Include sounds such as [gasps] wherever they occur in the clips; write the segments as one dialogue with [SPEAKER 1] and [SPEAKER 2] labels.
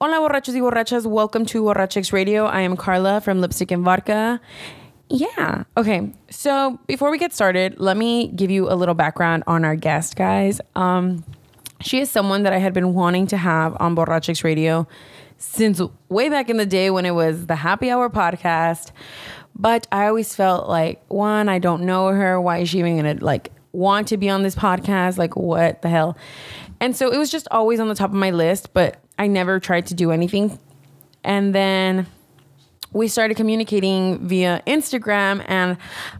[SPEAKER 1] Hola, borrachos y borrachas. Welcome to Borrachix Radio. I am Carla from Lipstick and Vodka. Yeah. Okay. So before we get started, let me give you a little background on our guest, guys. Um, she is someone that I had been wanting to have on Borrachix Radio since way back in the day when it was the Happy Hour podcast. But I always felt like, one, I don't know her. Why is she even gonna like want to be on this podcast? Like, what the hell? And so it was just always on the top of my list, but I never tried to do anything. And then we started communicating via Instagram, and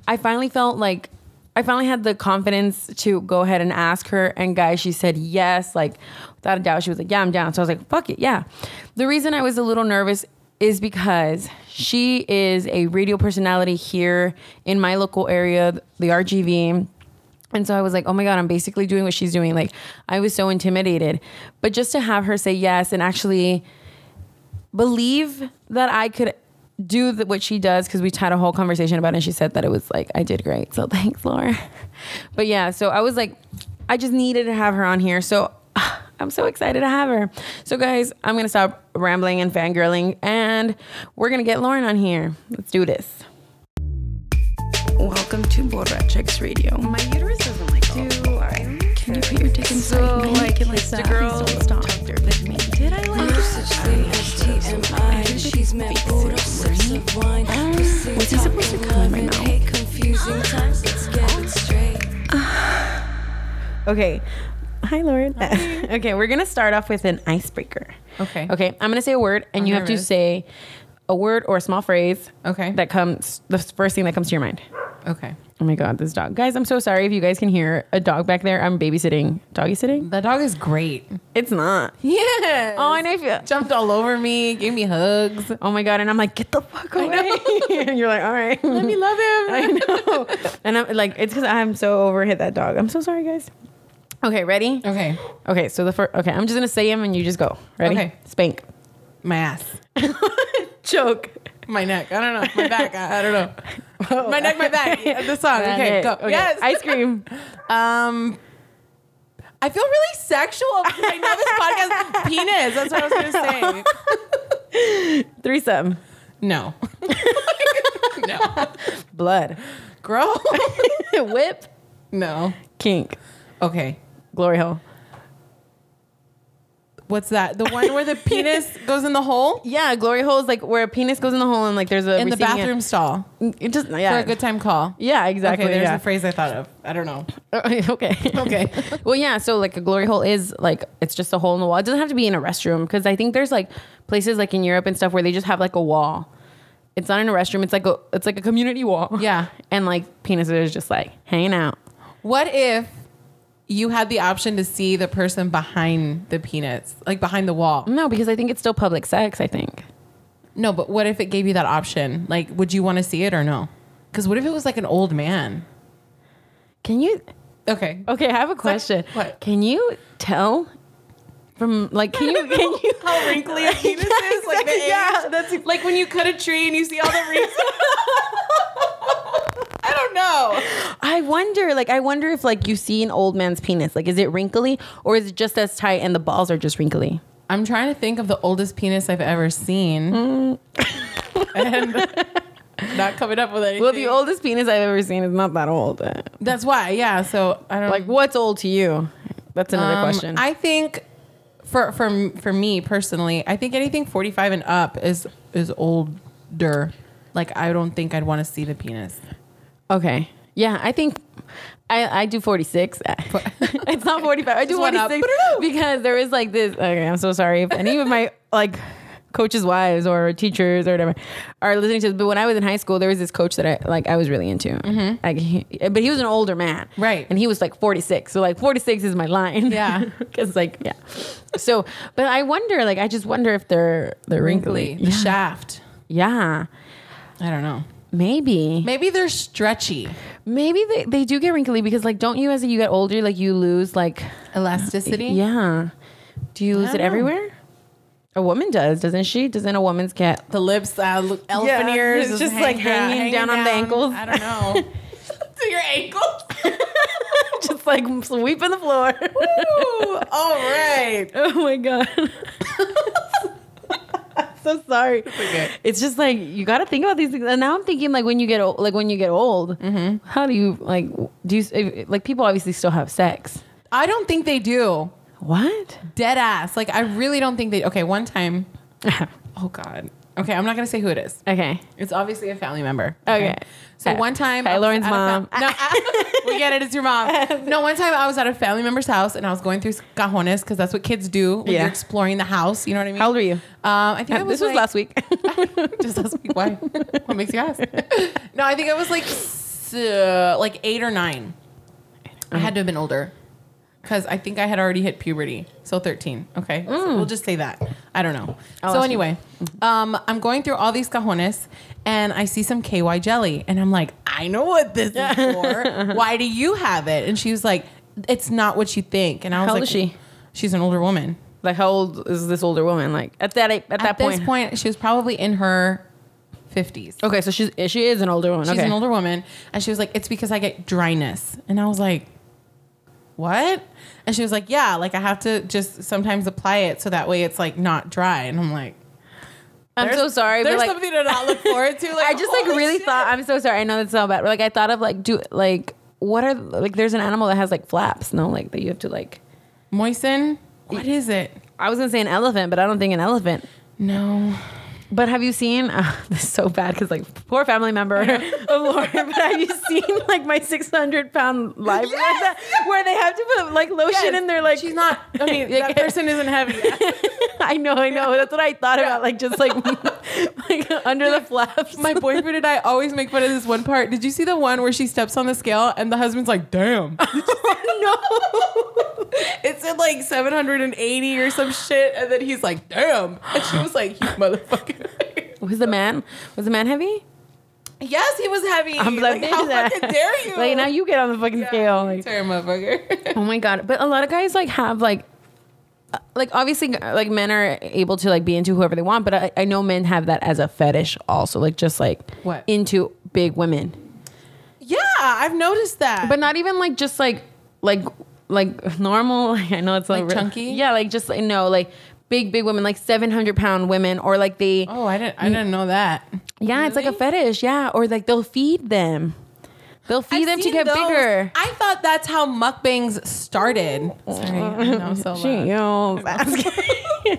[SPEAKER 1] I finally felt like I finally had the confidence to go ahead and ask her. And guys, she said yes, like without a doubt. She was like, "Yeah, I'm down." So I was like, "Fuck it, yeah." The reason I was a little nervous is because she is a radio personality here in my local area, the RGV. And so I was like, oh my God, I'm basically doing what she's doing. Like, I was so intimidated. But just to have her say yes and actually believe that I could do the, what she does because we had a whole conversation about it and she said that it was like I did great. So [laughs] thanks, Laura. But yeah, so I was like, I just needed to have her on here. So [sighs] ah, I'm so excited to have her. So guys, I'm gonna stop rambling and fangirling and we're gonna get Lauren on here. Let's do this.
[SPEAKER 2] Welcome to Borrachix Radio.
[SPEAKER 3] My uterus doesn't like all
[SPEAKER 2] Ew, I don't
[SPEAKER 3] Can you
[SPEAKER 2] care.
[SPEAKER 3] put your dick inside
[SPEAKER 2] so,
[SPEAKER 3] me?
[SPEAKER 2] Like,
[SPEAKER 3] Kiss
[SPEAKER 2] like
[SPEAKER 3] the
[SPEAKER 2] that.
[SPEAKER 3] girl.
[SPEAKER 2] Please don't stop.
[SPEAKER 3] Don't
[SPEAKER 2] with me.
[SPEAKER 3] Did I like
[SPEAKER 4] There's such thing as TMI. She's meant food or sips of wine. Was
[SPEAKER 2] he supposed to come in right now?
[SPEAKER 4] Hate confusing times. Let's get it straight.
[SPEAKER 1] Okay. Hi, Lauren. [laughs] okay, we're gonna start off with an icebreaker.
[SPEAKER 3] Okay.
[SPEAKER 1] Okay, I'm gonna say a word, and
[SPEAKER 3] I'm
[SPEAKER 1] you have to
[SPEAKER 3] nervous.
[SPEAKER 1] say a word or a small phrase.
[SPEAKER 3] Okay.
[SPEAKER 1] That comes the first thing that comes to your mind.
[SPEAKER 3] Okay.
[SPEAKER 1] Oh my god, this dog, guys! I'm so sorry if you guys can hear a dog back there. I'm babysitting. Doggy sitting?
[SPEAKER 3] The dog is great.
[SPEAKER 1] It's not.
[SPEAKER 3] Yeah.
[SPEAKER 1] Oh, and I feel.
[SPEAKER 3] jumped all over me, gave me hugs.
[SPEAKER 1] Oh my god, and I'm like, get the fuck away! [laughs] and you're like, all right.
[SPEAKER 3] Let me love
[SPEAKER 1] [laughs]
[SPEAKER 3] him.
[SPEAKER 1] I know. and I'm like, it's because I'm so over hit that dog. I'm so sorry, guys. Okay, ready?
[SPEAKER 3] Okay.
[SPEAKER 1] Okay, so the first. Okay, I'm just gonna say him, and you just go. Ready?
[SPEAKER 3] Okay.
[SPEAKER 1] Spank.
[SPEAKER 3] My ass.
[SPEAKER 1] [laughs] Choke.
[SPEAKER 3] My neck. I don't know. My back. I, I don't know. my neck, my [laughs] back. The song.
[SPEAKER 1] Oh, That's
[SPEAKER 3] Oh. Okay,
[SPEAKER 1] it.
[SPEAKER 3] go. Yes.
[SPEAKER 1] Ice [laughs] cream.
[SPEAKER 3] um I feel really sexual right now. This [laughs] podcast penis. That's what I was gonna say.
[SPEAKER 1] Threesome.
[SPEAKER 3] No. no.
[SPEAKER 1] Blood.
[SPEAKER 3] Girl.
[SPEAKER 1] [laughs] Whip.
[SPEAKER 3] no.
[SPEAKER 1] Kink.
[SPEAKER 3] Okay.
[SPEAKER 1] Glory hole.
[SPEAKER 3] What's that? The one where the [laughs] penis goes in the hole?
[SPEAKER 1] Yeah, glory hole is like where a penis goes in the hole and like there's a
[SPEAKER 3] In the
[SPEAKER 1] receiving
[SPEAKER 3] bathroom stall.
[SPEAKER 1] end. It just yeah.
[SPEAKER 3] For a good time call.
[SPEAKER 1] yeah, exactly.
[SPEAKER 3] Okay, there's
[SPEAKER 1] yeah.
[SPEAKER 3] a phrase I thought of. I don't know.
[SPEAKER 1] [laughs] okay.
[SPEAKER 3] Okay.
[SPEAKER 1] well, yeah. So like a glory hole is like it's just a hole in the wall. It doesn't have to be in a restroom because I think there's like places like in Europe and stuff where they just have like a wall. It's not in a restroom. It's like a it's like a community wall.
[SPEAKER 3] Yeah.
[SPEAKER 1] [laughs] And like penises is just like hanging out.
[SPEAKER 3] What if you had the option to see the person behind the penis, like behind the wall?
[SPEAKER 1] No, because I think it's still public sex. I think.
[SPEAKER 3] No, but what if it gave you that option? Like, would you want to see it or no? Because what if it was like an old man?
[SPEAKER 1] Can you?
[SPEAKER 3] [laughs] Okay.
[SPEAKER 1] Okay, I have a question.
[SPEAKER 3] what?
[SPEAKER 1] Can you tell from like can you can you
[SPEAKER 3] How wrinkly [laughs] a penis is? Like, the yeah, that's like when you cut a tree and you see [laughs] all the rings. I don't know.
[SPEAKER 1] I wonder like I wonder if like you see an old man's penis like is it wrinkly or is it just as tight and the balls are just wrinkly?
[SPEAKER 3] I'm trying to think of the oldest penis I've ever seen. [laughs] and Mm. not coming up with anything.
[SPEAKER 1] Well, the oldest penis I've ever seen is not that old.
[SPEAKER 3] That's why, yeah. So I don't
[SPEAKER 1] Like what's old to you? That's another
[SPEAKER 3] Um,
[SPEAKER 1] question.
[SPEAKER 3] I think for for for me personally, I think anything 45 and up is is older. Like I don't think I'd want to see the penis.
[SPEAKER 1] okay. Yeah, I think I, I do 46. [laughs] it's not 45. I do
[SPEAKER 3] Just went up.
[SPEAKER 1] 46 because there is like this. Okay, I'm so sorry if any of my like coaches' wives or teachers or whatever are listening to this. But when I was in high school, there was this coach that I like I was really into. Like, he, but he was an older man,
[SPEAKER 3] Mm-hmm. Right.
[SPEAKER 1] And he was like 46. So like 46 is my line. [laughs]
[SPEAKER 3] Yeah.
[SPEAKER 1] because like yeah. So, but I wonder. Like, I just wonder if they're they're wrinkly.
[SPEAKER 3] Wrinkly, the shaft.
[SPEAKER 1] Yeah,
[SPEAKER 3] I don't know.
[SPEAKER 1] maybe.
[SPEAKER 3] Maybe they're stretchy.
[SPEAKER 1] Maybe they, they do get wrinkly because like don't you as you get older like you lose like
[SPEAKER 3] Elasticity?
[SPEAKER 1] yeah. Do you lose
[SPEAKER 3] don't
[SPEAKER 1] it
[SPEAKER 3] know.
[SPEAKER 1] everywhere? A woman does, doesn't she? Doesn't a woman's get
[SPEAKER 3] The lips, uh, look, elephant
[SPEAKER 1] Yeah,
[SPEAKER 3] ears.
[SPEAKER 1] it's just, like, hanging down on the ankles.
[SPEAKER 3] I don't
[SPEAKER 1] [laughs]
[SPEAKER 3] know. to your ankles?
[SPEAKER 1] [laughs] just like [laughs] sweeping the floor?
[SPEAKER 3] All right.
[SPEAKER 1] oh my god. [laughs] so sorry.
[SPEAKER 3] okay.
[SPEAKER 1] It's just like you got to think about these things. And now I'm thinking like when you get old, like when you get old, how do you like do you if, like people obviously still have sex?
[SPEAKER 3] I don't think they do.
[SPEAKER 1] What?
[SPEAKER 3] Dead ass. Like I really don't think they. Okay, one time. Oh God. Okay, I'm not gonna say who it is.
[SPEAKER 1] [laughs] okay.
[SPEAKER 3] It's obviously a family member.
[SPEAKER 1] Okay.
[SPEAKER 3] So
[SPEAKER 1] Hi-
[SPEAKER 3] one time,
[SPEAKER 1] hi,
[SPEAKER 3] I was
[SPEAKER 1] Lauren's
[SPEAKER 3] at a fam-
[SPEAKER 1] mom.
[SPEAKER 3] [laughs] no, I- we get it. It's
[SPEAKER 1] [laughs]
[SPEAKER 3] your mom. No, one time I was at a family member's house and I was going through cajones because that's what kids do when
[SPEAKER 1] Yeah.
[SPEAKER 3] you're exploring the house. You know what I mean?
[SPEAKER 1] How old were you? Uh,
[SPEAKER 3] Um, I think I was
[SPEAKER 1] this was
[SPEAKER 3] like-
[SPEAKER 1] last week. [laughs]
[SPEAKER 3] just last week. Why? What makes you ask? [laughs] No, I think I was like s- uh, like eight or nine. I had to have been older because I think I had already hit puberty. So thirteen. Okay, So we'll just say that. I don't know. so
[SPEAKER 1] Mm. ask you.
[SPEAKER 3] anyway, um, I'm going through all these cajones and I see some KY jelly and I'm like, I know what this
[SPEAKER 1] [laughs]
[SPEAKER 3] is for. Why do you have it? And she was like, It's not what you think. And I was
[SPEAKER 1] How old
[SPEAKER 3] like,
[SPEAKER 1] is she?
[SPEAKER 3] She's an older woman.
[SPEAKER 1] like how old is this older woman? Like at that at, that
[SPEAKER 3] At this point, she was probably in her fifties.
[SPEAKER 1] Okay, so she's she is an older woman.
[SPEAKER 3] She's
[SPEAKER 1] okay.
[SPEAKER 3] an older woman. And she was like, It's because I get dryness. And I was like, What? And she was like, Yeah, like I have to just sometimes apply it so that way it's like not dry. And I'm like,
[SPEAKER 1] I'm so
[SPEAKER 3] "There's-
[SPEAKER 1] sorry,
[SPEAKER 3] There's
[SPEAKER 1] but like
[SPEAKER 3] something to not look
[SPEAKER 1] [laughs]
[SPEAKER 3] forward to. Like,
[SPEAKER 1] I just like
[SPEAKER 3] holy
[SPEAKER 1] really
[SPEAKER 3] shit.
[SPEAKER 1] thought I'm so sorry. I know that's so bad. But like I thought of like do like what are like there's an animal that has like flaps, no? Like that you have to like
[SPEAKER 3] moisten. What is it?
[SPEAKER 1] I was gonna say an elephant, but I don't think an elephant. [laughs]
[SPEAKER 3] No.
[SPEAKER 1] But have you seen? [laughs] Uh, this is so bad because like poor family member of Lauren. But have you
[SPEAKER 3] [laughs]
[SPEAKER 1] seen like my six hundred pound live like that, where they have to put like lotion in their like?
[SPEAKER 3] She's not, I
[SPEAKER 1] [laughs]
[SPEAKER 3] mean, that person isn't heavy.
[SPEAKER 1] I know, I know. That's what I thought about. Like just like [laughs] like under the flaps.
[SPEAKER 3] My boyfriend and I always make fun of this one part. Did you see the one where she steps on the scale and the husband's
[SPEAKER 1] [laughs]
[SPEAKER 3] like, damn? [laughs] no. it said like 780 or some shit. And then he's like, damn. And she
[SPEAKER 1] [laughs]
[SPEAKER 3] was like, you motherfucker. [laughs]
[SPEAKER 1] was the man was the man heavy?
[SPEAKER 3] yes, he was heavy.
[SPEAKER 1] I'm like,
[SPEAKER 3] how
[SPEAKER 1] bitch, [laughs]
[SPEAKER 3] fucking dare you?
[SPEAKER 1] Like now you get on the fucking scale. Like,
[SPEAKER 3] Sorry, motherfucker. [laughs]
[SPEAKER 1] Oh my god! But a lot of guys like have like, uh, like obviously uh, like men are able to like be into whoever they want, but I, I know men have that as a fetish also, like just like
[SPEAKER 3] What?
[SPEAKER 1] into big women,
[SPEAKER 3] yeah, I've noticed that.
[SPEAKER 1] but not even like just like like like normal. [laughs] Like, I know it's
[SPEAKER 3] Like chunky?
[SPEAKER 1] yeah. Like just like, no like big big women, like seven hundred pound women, or like they
[SPEAKER 3] oh, I didn't, I
[SPEAKER 1] Mm.
[SPEAKER 3] didn't know that.
[SPEAKER 1] yeah, it's like a
[SPEAKER 3] really?
[SPEAKER 1] fetish, yeah, or like they'll feed them. They'll feed
[SPEAKER 3] I've
[SPEAKER 1] them to
[SPEAKER 3] seen
[SPEAKER 1] get
[SPEAKER 3] those.
[SPEAKER 1] bigger. Oh.
[SPEAKER 3] I thought that's how mukbangs started. Sorry, I know, I'm
[SPEAKER 1] [laughs]
[SPEAKER 3] so
[SPEAKER 1] She
[SPEAKER 3] loud. [laughs]
[SPEAKER 1] yells.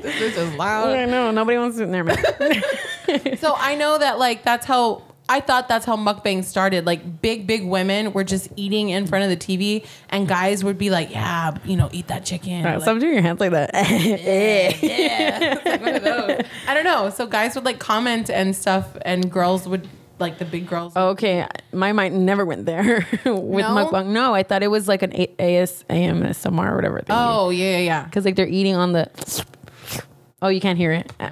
[SPEAKER 3] This is loud.
[SPEAKER 1] I know nobody wants to. Never
[SPEAKER 3] [laughs]
[SPEAKER 1] mind.
[SPEAKER 3] So I know that like that's how I thought that's how mukbang started. Like big, big women were just eating in front of the TV, and guys would be like, "Yeah, you know, eat that chicken."
[SPEAKER 1] All
[SPEAKER 3] Or,
[SPEAKER 1] right,
[SPEAKER 3] like,
[SPEAKER 1] Stop doing your hands like that.
[SPEAKER 3] yeah, It's like one of those. I don't know. So guys would like comment and stuff, and girls would like the big
[SPEAKER 1] [laughs]
[SPEAKER 3] girls.
[SPEAKER 1] okay, my mind never went there [laughs] with
[SPEAKER 3] No?
[SPEAKER 1] mukbang. No, I thought it was like an A- AS, AMSMR or whatever.
[SPEAKER 3] Oh yeah, yeah.
[SPEAKER 1] because like they're eating on the. Oh, you can't hear it. [laughs]
[SPEAKER 3] yeah.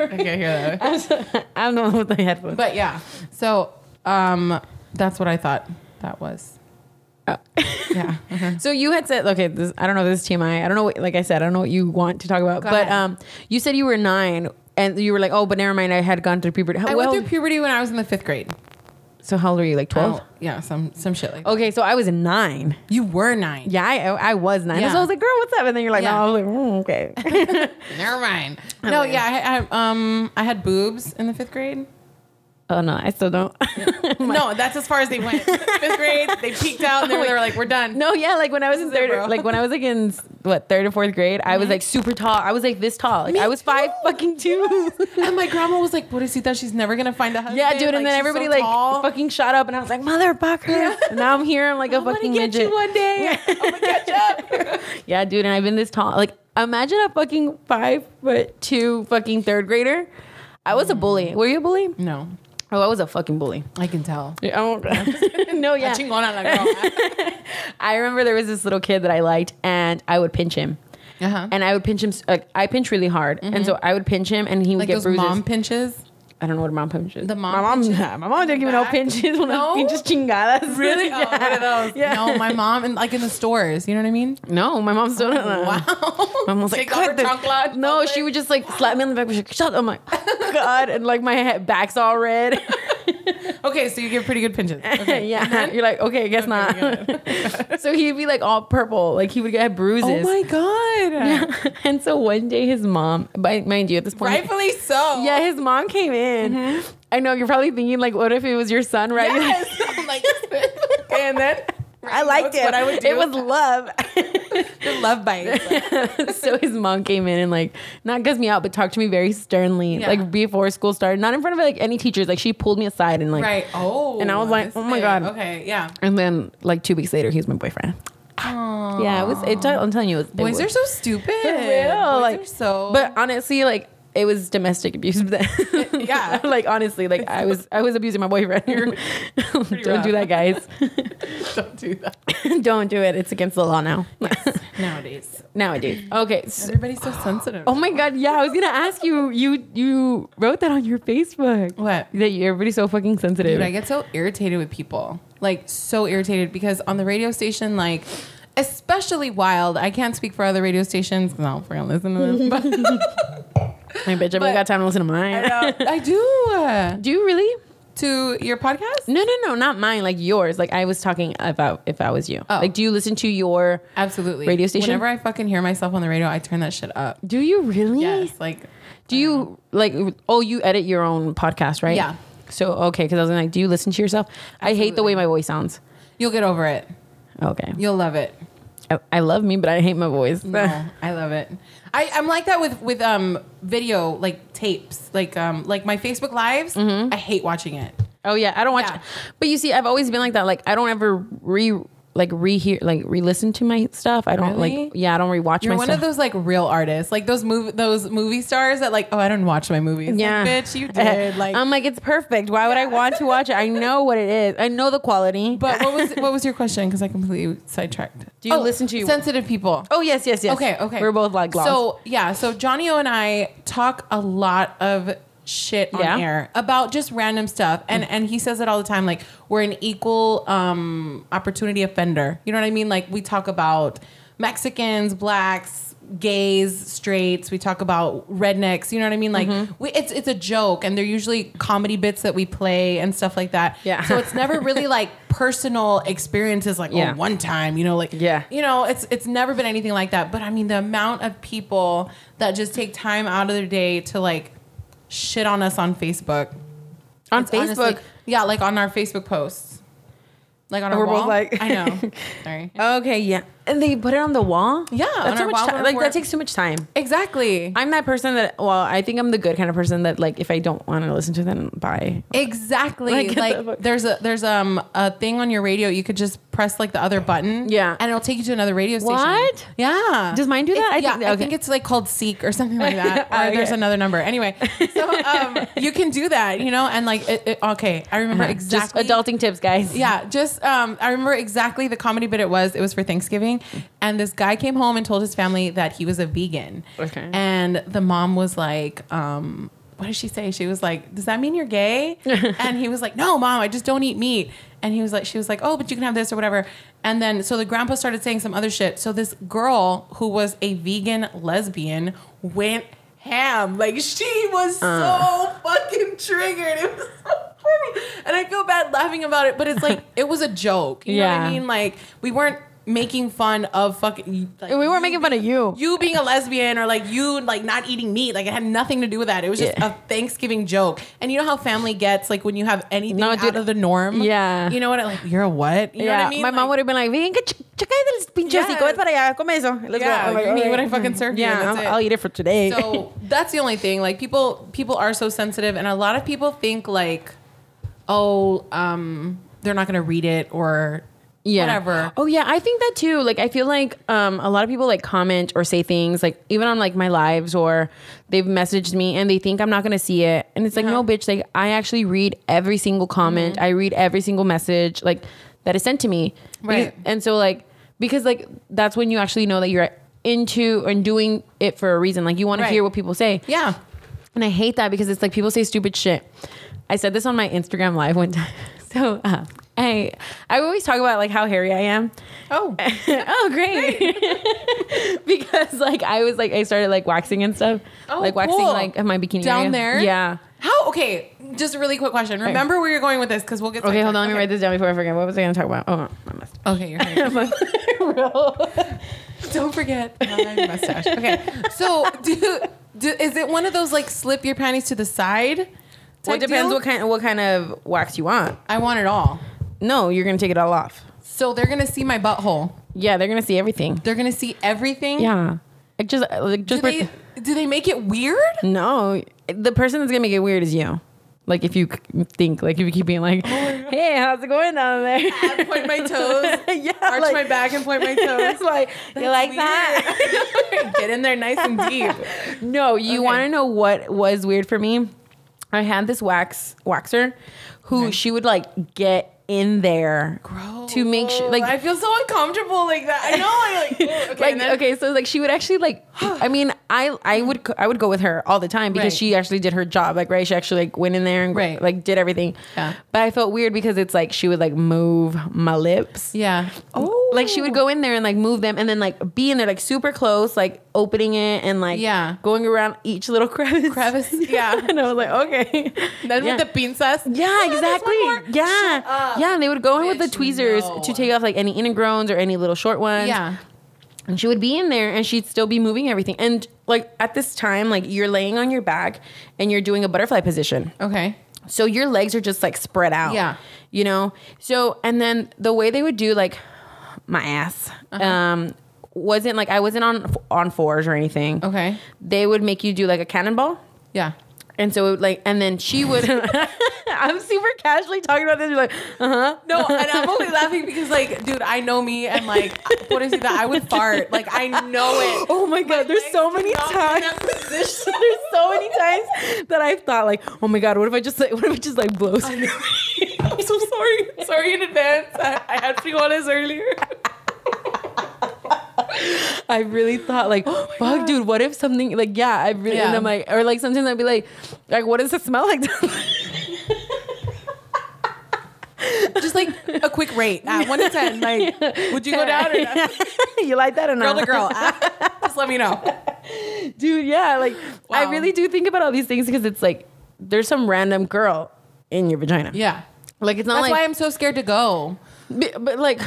[SPEAKER 3] Okay, I hear that.
[SPEAKER 1] I don't know [laughs] what the headphones.
[SPEAKER 3] [laughs] But yeah, so um, that's what I thought that was. Oh. [laughs] yeah.
[SPEAKER 1] so you had said, okay, this, I don't know. This is TMI. I don't know. What, like I said, I don't know what you want to talk about. but
[SPEAKER 3] ahead.
[SPEAKER 1] um, you said you were nine, and you were like, oh, but never mind. I had gone through puberty. How,
[SPEAKER 3] I
[SPEAKER 1] well,
[SPEAKER 3] went through puberty when I was in the fifth grade.
[SPEAKER 1] so how old were you? Like twelve.
[SPEAKER 3] Oh, yeah, some some shit like. that.
[SPEAKER 1] Okay, so I was nine.
[SPEAKER 3] You were nine.
[SPEAKER 1] Oh. Yeah, I, I was nine.
[SPEAKER 3] Yeah.
[SPEAKER 1] So I was like, girl, what's up? And then you're like,
[SPEAKER 3] Yeah.
[SPEAKER 1] no, I was like, mm, okay. [laughs]
[SPEAKER 3] Never mind. No, yeah, I, I um I had boobs in the fifth [laughs] grade.
[SPEAKER 1] oh no, I still don't.
[SPEAKER 3] no, that's as far as they [laughs] went. fifth grade, they peaked out and they were, they were like, "We're
[SPEAKER 1] [laughs]
[SPEAKER 3] done."
[SPEAKER 1] No, yeah, like when I was in
[SPEAKER 3] is it,
[SPEAKER 1] third,
[SPEAKER 3] bro.
[SPEAKER 1] like when I was like in what third or fourth grade, I was like super tall. I was like this tall. Like
[SPEAKER 3] Me
[SPEAKER 1] I was five fucking [laughs] two.
[SPEAKER 3] And my grandma was like, "What is he that she's never gonna find a husband?"
[SPEAKER 1] yeah, dude. And
[SPEAKER 3] Like,
[SPEAKER 1] then
[SPEAKER 3] she's
[SPEAKER 1] everybody
[SPEAKER 3] so
[SPEAKER 1] like
[SPEAKER 3] tall.
[SPEAKER 1] fucking shot up, and I was like, motherfucker. And now I'm here. I'm like a
[SPEAKER 3] I'm gonna
[SPEAKER 1] fucking
[SPEAKER 3] get
[SPEAKER 1] midget.
[SPEAKER 3] you one [laughs] day. I'm gonna catch up.
[SPEAKER 1] [laughs] Yeah, dude. And I've been this tall. Like imagine a fucking five foot two fucking third grader. I was a bully. Were you a bully?
[SPEAKER 3] [laughs] No,
[SPEAKER 1] Oh, I was a fucking bully.
[SPEAKER 3] I can [laughs] tell.
[SPEAKER 1] Yeah, no, yeah.
[SPEAKER 3] Chingona la [laughs] grandma.
[SPEAKER 1] I remember there was this little kid that I liked, and I would pinch him.
[SPEAKER 3] Uh-huh. Mm-hmm.
[SPEAKER 1] And I would pinch him. s- Like I pinch really hard, and so I would pinch him, and he would
[SPEAKER 3] Like
[SPEAKER 1] get
[SPEAKER 3] those
[SPEAKER 1] bruises.
[SPEAKER 3] mom pinches.
[SPEAKER 1] I don't know what a mom pinch is.
[SPEAKER 3] The mom
[SPEAKER 1] my mom,
[SPEAKER 3] pinches?
[SPEAKER 1] nah, [laughs] my mom didn't give me no
[SPEAKER 3] Back?
[SPEAKER 1] pinches. When [laughs] no,
[SPEAKER 3] No?
[SPEAKER 1] pinches chingadas.
[SPEAKER 3] [laughs] Really? Oh, one of
[SPEAKER 1] [laughs]
[SPEAKER 3] those.
[SPEAKER 1] Yeah.
[SPEAKER 3] No, my mom and like in the stores. You know what I mean?
[SPEAKER 1] No, my mom's still. not.
[SPEAKER 3] Oh, [laughs] Wow.
[SPEAKER 1] [laughs] My mom's like,
[SPEAKER 3] Take off her
[SPEAKER 1] "Cut the-"
[SPEAKER 3] chancla,
[SPEAKER 1] no,
[SPEAKER 3] something.
[SPEAKER 1] she
[SPEAKER 3] [laughs]
[SPEAKER 1] would just like slap me on the back. She's like, shut. up. I'm like, oh, God, and like my head, back's all red.
[SPEAKER 3] Okay, so you give pretty good [laughs] pinches. [laughs]
[SPEAKER 1] [laughs]
[SPEAKER 3] Okay.
[SPEAKER 1] yeah, you're like, okay, I guess not. [laughs] so he'd be like all purple, like he would get bruises.
[SPEAKER 3] Oh
[SPEAKER 1] [laughs]
[SPEAKER 3] god.
[SPEAKER 1] and so one day his mom, but mind you, at this point,
[SPEAKER 3] Rightfully so.
[SPEAKER 1] yeah, his mom came in. I know you're probably thinking like, what if it was your son, right? [laughs]
[SPEAKER 3] Mm-hmm. Yes. [laughs] Oh I'm like, and then
[SPEAKER 1] I liked
[SPEAKER 3] That's
[SPEAKER 1] it.
[SPEAKER 3] what I would do.
[SPEAKER 1] It was
[SPEAKER 3] [laughs]
[SPEAKER 1] love.
[SPEAKER 3] the love bite. [laughs]
[SPEAKER 1] so his mom came in and like not gussed me out, but talked to me very sternly,
[SPEAKER 3] Yeah.
[SPEAKER 1] like before school started, not in front of like any teachers. Like she pulled me aside and like,
[SPEAKER 3] Right. Oh.
[SPEAKER 1] And I was like,
[SPEAKER 3] this
[SPEAKER 1] oh my
[SPEAKER 3] thing.
[SPEAKER 1] God.
[SPEAKER 3] Okay. Yeah.
[SPEAKER 1] and then like two weeks later, he was my boyfriend. Yeah, it was. It, I'm telling you, it was, it
[SPEAKER 3] Boys
[SPEAKER 1] was
[SPEAKER 3] are so stupid.
[SPEAKER 1] for real.
[SPEAKER 3] Boys
[SPEAKER 1] like
[SPEAKER 3] are so.
[SPEAKER 1] But honestly, like it was domestic abuse. Then.
[SPEAKER 3] [laughs] yeah.
[SPEAKER 1] [laughs] like honestly, like I was I was abusing my boyfriend. [laughs] Don't
[SPEAKER 3] rough.
[SPEAKER 1] do that, guys.
[SPEAKER 3] [laughs] [laughs] don't do that
[SPEAKER 1] [laughs] Don't do it. It's against the law
[SPEAKER 3] [laughs]
[SPEAKER 1] now. [laughs]
[SPEAKER 3] nowadays.
[SPEAKER 1] Nowadays. Okay. so-
[SPEAKER 3] Everybody's so sensitive.
[SPEAKER 1] oh my god. Yeah, I was gonna ask you. You you wrote that on your Facebook.
[SPEAKER 3] What?
[SPEAKER 1] That you, everybody's so fucking sensitive.
[SPEAKER 3] Dude, I get so irritated with people. Like so irritated because on the radio station, like especially wild. I can't speak for other radio stations. No, we're gonna
[SPEAKER 1] [laughs]
[SPEAKER 3] listen to this. But
[SPEAKER 1] My bitch, I've
[SPEAKER 3] But-
[SPEAKER 1] only got time to listen to
[SPEAKER 3] I,
[SPEAKER 1] mine.
[SPEAKER 3] know. I do uh,
[SPEAKER 1] [laughs] Do you really?
[SPEAKER 3] to your podcast.
[SPEAKER 1] No, no, no, not mine. Like yours. Like I was talking about if I was you.
[SPEAKER 3] Oh.
[SPEAKER 1] Like, do you listen to your?
[SPEAKER 3] Absolutely.
[SPEAKER 1] Radio station?
[SPEAKER 3] Whenever I fucking hear myself on the radio, I turn that shit up.
[SPEAKER 1] Do you really?
[SPEAKER 3] Yes. Like
[SPEAKER 1] Do you like? Oh, you edit your own podcast, right?
[SPEAKER 3] Yeah.
[SPEAKER 1] So okay, because I was like, do you listen to yourself? I hate the way my voice sounds.
[SPEAKER 3] you'll get over it.
[SPEAKER 1] Okay.
[SPEAKER 3] You'll
[SPEAKER 1] [laughs]
[SPEAKER 3] love it.
[SPEAKER 1] I, I love me, but I hate my voice. [laughs]
[SPEAKER 3] No, I love it. I, I'm like that with with um video like tapes like um like my Facebook lives.
[SPEAKER 1] Mm-hmm.
[SPEAKER 3] I hate watching it.
[SPEAKER 1] oh yeah, I don't watch.
[SPEAKER 3] Yeah.
[SPEAKER 1] But you see, I've always been like that. Like I don't ever re like rehear like re-listen to my stuff. I don't
[SPEAKER 3] Really?
[SPEAKER 1] like yeah, I don't rewatch
[SPEAKER 3] You're
[SPEAKER 1] my
[SPEAKER 3] one
[SPEAKER 1] stuff.
[SPEAKER 3] of those like real artists, like those movie those movie stars that like oh I don't watch my movies. Like,
[SPEAKER 1] [laughs] yeah,
[SPEAKER 3] bitch, you did like.
[SPEAKER 1] [laughs] I'm like it's perfect. Why would I want to watch it? I know what it is. I know the quality.
[SPEAKER 3] but
[SPEAKER 1] [laughs]
[SPEAKER 3] what was what was your question? Because I completely sidetracked. Oh,
[SPEAKER 1] Do you listen to-
[SPEAKER 3] sensitive people?
[SPEAKER 1] oh yes, yes, yes.
[SPEAKER 3] Okay, okay.
[SPEAKER 1] We're both like lost.
[SPEAKER 3] So yeah, so Johnny O and I talk a lot of shit on
[SPEAKER 1] Yeah.
[SPEAKER 3] air about just random stuff. And and he says it all the time, like we're an equal um opportunity offender. You know what I mean? Like we talk about Mexicans, blacks, gays, straights, we talk about rednecks, you know what I mean? Like
[SPEAKER 1] Mm-hmm.
[SPEAKER 3] we, it's it's a joke and they're usually comedy bits that we play and stuff like that.
[SPEAKER 1] Yeah.
[SPEAKER 3] So it's never really like personal experiences like
[SPEAKER 1] Yeah.
[SPEAKER 3] oh one time, you know, like
[SPEAKER 1] Yeah.
[SPEAKER 3] you know, it's it's never been anything like that. But I mean, the amount of people that just take time out of their day to like shit on us on Facebook,
[SPEAKER 1] on
[SPEAKER 3] It's
[SPEAKER 1] Facebook.
[SPEAKER 3] honestly- yeah, like on our Facebook posts, like on our
[SPEAKER 1] We're both
[SPEAKER 3] wall.
[SPEAKER 1] like-
[SPEAKER 3] I
[SPEAKER 1] [laughs]
[SPEAKER 3] know, sorry,
[SPEAKER 1] Okay, yeah. And they put it on the wall?
[SPEAKER 3] Yeah, on
[SPEAKER 1] That's
[SPEAKER 3] our
[SPEAKER 1] too
[SPEAKER 3] wall
[SPEAKER 1] much time. Like
[SPEAKER 3] report.
[SPEAKER 1] that takes too much time.
[SPEAKER 3] exactly,
[SPEAKER 1] I'm that person that well, I think I'm the good kind of person that like if I don't want to listen to them, bye.
[SPEAKER 3] exactly.
[SPEAKER 1] Like,
[SPEAKER 3] Like,
[SPEAKER 1] get the fuck-
[SPEAKER 3] there's a there's um a thing on your radio you could just press like the other button,
[SPEAKER 1] Yeah.
[SPEAKER 3] and it'll take you to another radio station.
[SPEAKER 1] What?
[SPEAKER 3] Yeah,
[SPEAKER 1] Does mine do that?
[SPEAKER 3] I yeah,
[SPEAKER 1] think-
[SPEAKER 3] I
[SPEAKER 1] okay.
[SPEAKER 3] think it's like called Seek or something
[SPEAKER 1] [laughs]
[SPEAKER 3] like that. Or
[SPEAKER 1] Oh, okay.
[SPEAKER 3] there's another number. Anyway,
[SPEAKER 1] [laughs]
[SPEAKER 3] so um, you can do that, you know, and like, it, it, okay, I remember exactly.
[SPEAKER 1] Uh-huh. Just adulting tips, guys.
[SPEAKER 3] Yeah, just um, I remember exactly the comedy bit it was. It was for Thanksgiving, and this guy came home and told his family that he was a vegan.
[SPEAKER 1] Okay.
[SPEAKER 3] And the mom was like, um, "What did she say?" She was like, "Does that mean you're
[SPEAKER 1] [laughs]
[SPEAKER 3] gay?" and he was like, "No, mom, I just don't eat meat." And he was like, "She was like, oh, but you can have this or whatever." And then so the grandpa started saying some other shit. So this girl who was a vegan lesbian went ham. Like she was
[SPEAKER 1] Uh.
[SPEAKER 3] so fucking triggered. [laughs] It was so funny. And I feel bad laughing about it, but it's like it was a joke. You know what I
[SPEAKER 1] Yeah.
[SPEAKER 3] mean? Like we weren't making fun of fucking like,
[SPEAKER 1] We weren't making fun of you.
[SPEAKER 3] you being a lesbian or like you like not eating meat. Like it had nothing to do with that. It was just
[SPEAKER 1] Yeah.
[SPEAKER 3] a Thanksgiving joke. And you know how family gets like when you have anything
[SPEAKER 1] No,
[SPEAKER 3] out
[SPEAKER 1] dude.
[SPEAKER 3] of the norm.
[SPEAKER 1] Yeah.
[SPEAKER 3] You know what? Like you're a what? You know what I mean?
[SPEAKER 1] My mom
[SPEAKER 3] Like,
[SPEAKER 1] would have been like, "Ven, que ch- checa del pinche
[SPEAKER 3] Yeah.
[SPEAKER 1] hocico, vete para allá, come eso. Let's
[SPEAKER 3] Yeah,
[SPEAKER 1] go." I'm like,
[SPEAKER 3] you can eat
[SPEAKER 1] "Alright."
[SPEAKER 3] what I fucking serve you,
[SPEAKER 1] Yeah,
[SPEAKER 3] and that's
[SPEAKER 1] I'm-
[SPEAKER 3] it.
[SPEAKER 1] I'll eat it for today.
[SPEAKER 3] so that's the only thing like people people are so sensitive and a lot of people think like oh um they're not gonna read it or
[SPEAKER 1] [laughs] yeah.
[SPEAKER 3] whatever
[SPEAKER 1] Oh yeah, I think that too. Like I feel like um, a lot of people like comment or say things like even on like my lives or they've messaged me and they think I'm not gonna see it and it's like no bitch like I actually read every single comment
[SPEAKER 3] Mm-hmm.
[SPEAKER 1] I read every single message like that is sent to me Because-
[SPEAKER 3] Right.
[SPEAKER 1] and so like because like that's when you actually know that you're into and doing it for a reason like you want
[SPEAKER 3] Right.
[SPEAKER 1] to hear what people say
[SPEAKER 3] yeah
[SPEAKER 1] and I hate that because it's like people say stupid shit. I said this on my Instagram live one [laughs] time. So uh, I I always talk about like how hairy I am. [laughs]
[SPEAKER 3] oh
[SPEAKER 1] oh great. [laughs] because like I was like I started like waxing and stuff.
[SPEAKER 3] Oh,
[SPEAKER 1] like waxing
[SPEAKER 3] cool.
[SPEAKER 1] like in my bikini
[SPEAKER 3] Down
[SPEAKER 1] area.
[SPEAKER 3] there?
[SPEAKER 1] Yeah.
[SPEAKER 3] How? Okay, just a really quick question. Remember where you're going with this because we'll get.
[SPEAKER 1] Eh. Okay, hold on. Let
[SPEAKER 3] sidetracked.
[SPEAKER 1] me write this down before I forget. What was I going to talk about? Oh, my mustache.
[SPEAKER 3] Okay, [laughs] you're fine. Don't forget my mustache. Okay, so do, do is it one of those like slip your panties to the side?
[SPEAKER 1] well,
[SPEAKER 3] type
[SPEAKER 1] it depends
[SPEAKER 3] deal?
[SPEAKER 1] what kind what kind of wax you want.
[SPEAKER 3] I want it all.
[SPEAKER 1] No, you're gonna take it all off.
[SPEAKER 3] So they're gonna see my butthole.
[SPEAKER 1] Yeah, they're gonna see everything.
[SPEAKER 3] They're gonna see everything.
[SPEAKER 1] Yeah, like just like
[SPEAKER 3] Do
[SPEAKER 1] just per-
[SPEAKER 3] they do they make it weird?
[SPEAKER 1] no. The person that's gonna make it weird is you. Like if you c- think like if you keep being like, hey, how's it going down there?
[SPEAKER 3] Oh I
[SPEAKER 1] [laughs]
[SPEAKER 3] point my toes,
[SPEAKER 1] yeah,
[SPEAKER 3] [laughs] arch
[SPEAKER 1] like-
[SPEAKER 3] my back, and point my toes. [laughs]
[SPEAKER 1] It's [laughs] like you like that.
[SPEAKER 3] Get in there nice and [laughs] deep.
[SPEAKER 1] No, you
[SPEAKER 3] Okay.
[SPEAKER 1] want to know what was weird for me? I had this wax waxer who she would like get in there to make sure like
[SPEAKER 3] I feel so uncomfortable like that.
[SPEAKER 1] [laughs]
[SPEAKER 3] I know. I like. ugh, Okay,
[SPEAKER 1] like
[SPEAKER 3] and then-
[SPEAKER 1] okay, so like she would actually
[SPEAKER 3] [gasps]
[SPEAKER 1] like I mean, I I would co- I would go with her all the time because
[SPEAKER 3] Right.
[SPEAKER 1] she actually did her job. Like right, she actually like went in there and
[SPEAKER 3] Right.
[SPEAKER 1] like did everything.
[SPEAKER 3] Yeah.
[SPEAKER 1] But I felt weird because it's like she would like move my lips.
[SPEAKER 3] Yeah. Oh.
[SPEAKER 1] Like she would go in there and like move them and then like be in there like super close, like opening it and like
[SPEAKER 3] Yeah.
[SPEAKER 1] going around each little crevice. [laughs]
[SPEAKER 3] Crevice, yeah.
[SPEAKER 1] and I was like, okay.
[SPEAKER 3] Then
[SPEAKER 1] yeah.
[SPEAKER 3] with the pinzas.
[SPEAKER 1] Yeah,
[SPEAKER 3] "Oh, there's
[SPEAKER 1] exactly.
[SPEAKER 3] one more." Shut
[SPEAKER 1] Yeah.
[SPEAKER 3] up.
[SPEAKER 1] Yeah, and they would go in with the
[SPEAKER 3] Bitch,
[SPEAKER 1] tweezers
[SPEAKER 3] no.
[SPEAKER 1] to take off like any ingrows or any little short ones.
[SPEAKER 3] Yeah.
[SPEAKER 1] And she would be in there and she'd still be moving everything. And like at this time, like you're laying on your back and you're doing a butterfly position.
[SPEAKER 3] Okay.
[SPEAKER 1] So your legs are just like spread out.
[SPEAKER 3] Yeah.
[SPEAKER 1] You know? So, and then the way they would do like my ass
[SPEAKER 3] Uh-huh.
[SPEAKER 1] um, wasn't like I wasn't on on fours or anything.
[SPEAKER 3] Okay.
[SPEAKER 1] They would make you do like a cannonball.
[SPEAKER 3] Yeah.
[SPEAKER 1] And so, it would, like, and then she
[SPEAKER 3] [laughs]
[SPEAKER 1] would. [laughs] I'm super casually talking about this. You're like, uh huh.
[SPEAKER 3] No, and I'm only laughing because, like, dude, I know me, and like, what is it that I would fart? Like, I know it. [laughs]
[SPEAKER 1] Oh my god, there's
[SPEAKER 3] legs
[SPEAKER 1] so
[SPEAKER 3] do
[SPEAKER 1] many
[SPEAKER 3] not fit
[SPEAKER 1] times. [laughs]
[SPEAKER 3] that
[SPEAKER 1] there's so many times that I've thought like, oh my god, what if I just like, what if it just like blows? [laughs]
[SPEAKER 3] I'm so sorry. Sorry in advance. I, I had frijoles earlier.
[SPEAKER 1] I really thought
[SPEAKER 3] [gasps]
[SPEAKER 1] like, fuck, dude, what if something like, yeah, I really, and
[SPEAKER 3] Oh Yeah.
[SPEAKER 1] I'm like, or like sometimes I'd be like, like, what does it smell like? [laughs]
[SPEAKER 3] Just like a quick rate at one to ten. Like, would you go down or not?
[SPEAKER 1] [laughs] you like that or
[SPEAKER 3] girl
[SPEAKER 1] not?
[SPEAKER 3] to [laughs] girl? Ah, Just let me know.
[SPEAKER 1] [laughs] dude yeah like i
[SPEAKER 3] Wow.
[SPEAKER 1] really do think about all these things because it's like there's some random girl in your vagina
[SPEAKER 3] Yeah,
[SPEAKER 1] like it's not
[SPEAKER 3] that's why
[SPEAKER 1] like
[SPEAKER 3] I'm so scared to go.
[SPEAKER 1] b- but, like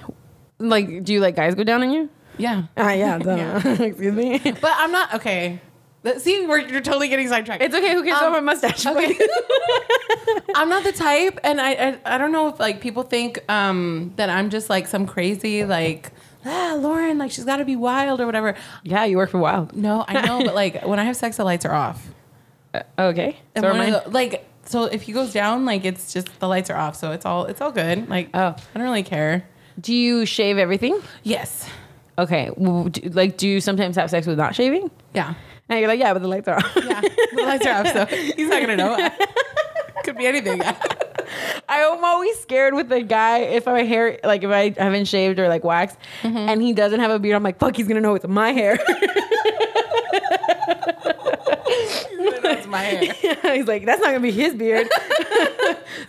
[SPEAKER 1] [sighs] like do you like guys go down on you
[SPEAKER 3] Yeah,
[SPEAKER 1] Ah, [laughs] yeah, duh. excuse me
[SPEAKER 3] [laughs]
[SPEAKER 1] it's
[SPEAKER 3] but I'm not okay. That- See, we're, you're totally getting sidetracked.
[SPEAKER 1] okay who cares
[SPEAKER 3] Um,
[SPEAKER 1] about my mustache
[SPEAKER 3] okay. [laughs]
[SPEAKER 1] But-
[SPEAKER 3] I'm not the type, and I, I I don't know if like people think um that I'm just like some crazy like ah Lauren like she's got to be wild or whatever.
[SPEAKER 1] yeah you work for wild
[SPEAKER 3] No, I know, but like when I have sex, the lights are off.
[SPEAKER 1] Uh, okay
[SPEAKER 3] And
[SPEAKER 1] so
[SPEAKER 3] one
[SPEAKER 1] am I.
[SPEAKER 3] of the- like so if he goes down, like it's just the lights are off, so it's all it's all good. Like
[SPEAKER 1] Oh.
[SPEAKER 3] I don't really care.
[SPEAKER 1] do you shave everything
[SPEAKER 3] Yes,
[SPEAKER 1] okay well, do, like do you sometimes have sex with not shaving
[SPEAKER 3] yeah,
[SPEAKER 1] and you're like yeah but the lights are off
[SPEAKER 3] yeah. [laughs] The
[SPEAKER 1] [laughs]
[SPEAKER 3] lights are off, so he's not gonna know. [laughs] Could be [laughs] anything.
[SPEAKER 1] I'm always scared with the guy if my hair, like if I haven't shaved or like waxed,
[SPEAKER 3] Mm-hmm.
[SPEAKER 1] and he doesn't have a beard. I'm like, fuck, he's gonna know it's my hair. [laughs]
[SPEAKER 3] That's my [laughs] hair.
[SPEAKER 1] he's like, that's not gonna be his
[SPEAKER 3] [laughs]
[SPEAKER 1] beard. [laughs]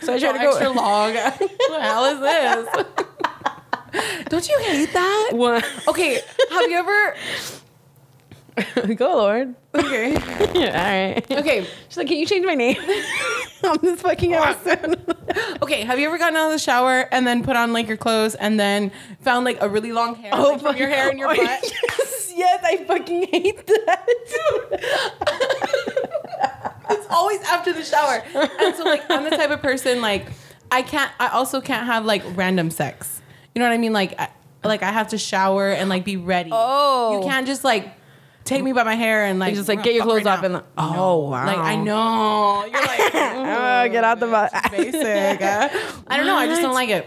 [SPEAKER 1] so I try to go [laughs]
[SPEAKER 3] Extra long. [laughs] what the hell is this? [laughs] Don't you hate that?
[SPEAKER 1] one.
[SPEAKER 3] Okay, have you ever?
[SPEAKER 1] [laughs] go, Lord.
[SPEAKER 3] Okay,
[SPEAKER 1] Yeah, [laughs] all right.
[SPEAKER 3] okay,
[SPEAKER 1] She's like, can you change my name? [laughs] I'm this fucking house.
[SPEAKER 3] okay. Have you ever gotten out of the shower and then put on like your clothes and then found like a really long hair
[SPEAKER 1] Oh
[SPEAKER 3] like, from your hair and your butt?
[SPEAKER 1] [laughs] Yes, yes, I fucking hate that.
[SPEAKER 3] it's always after the shower. And so like I'm the type of person like I can't I also can't have like random sex. You know what I mean? Like I, like I have to shower and like be ready.
[SPEAKER 1] Oh.
[SPEAKER 3] You can't just like take me by my hair and like
[SPEAKER 1] Just like get your
[SPEAKER 3] fuck
[SPEAKER 1] clothes
[SPEAKER 3] right
[SPEAKER 1] off
[SPEAKER 3] now.
[SPEAKER 1] and oh wow,
[SPEAKER 3] like I know. You're like
[SPEAKER 1] Oh, get out the box. [laughs]
[SPEAKER 3] basic. uh, [laughs] I don't know. I just don't like it.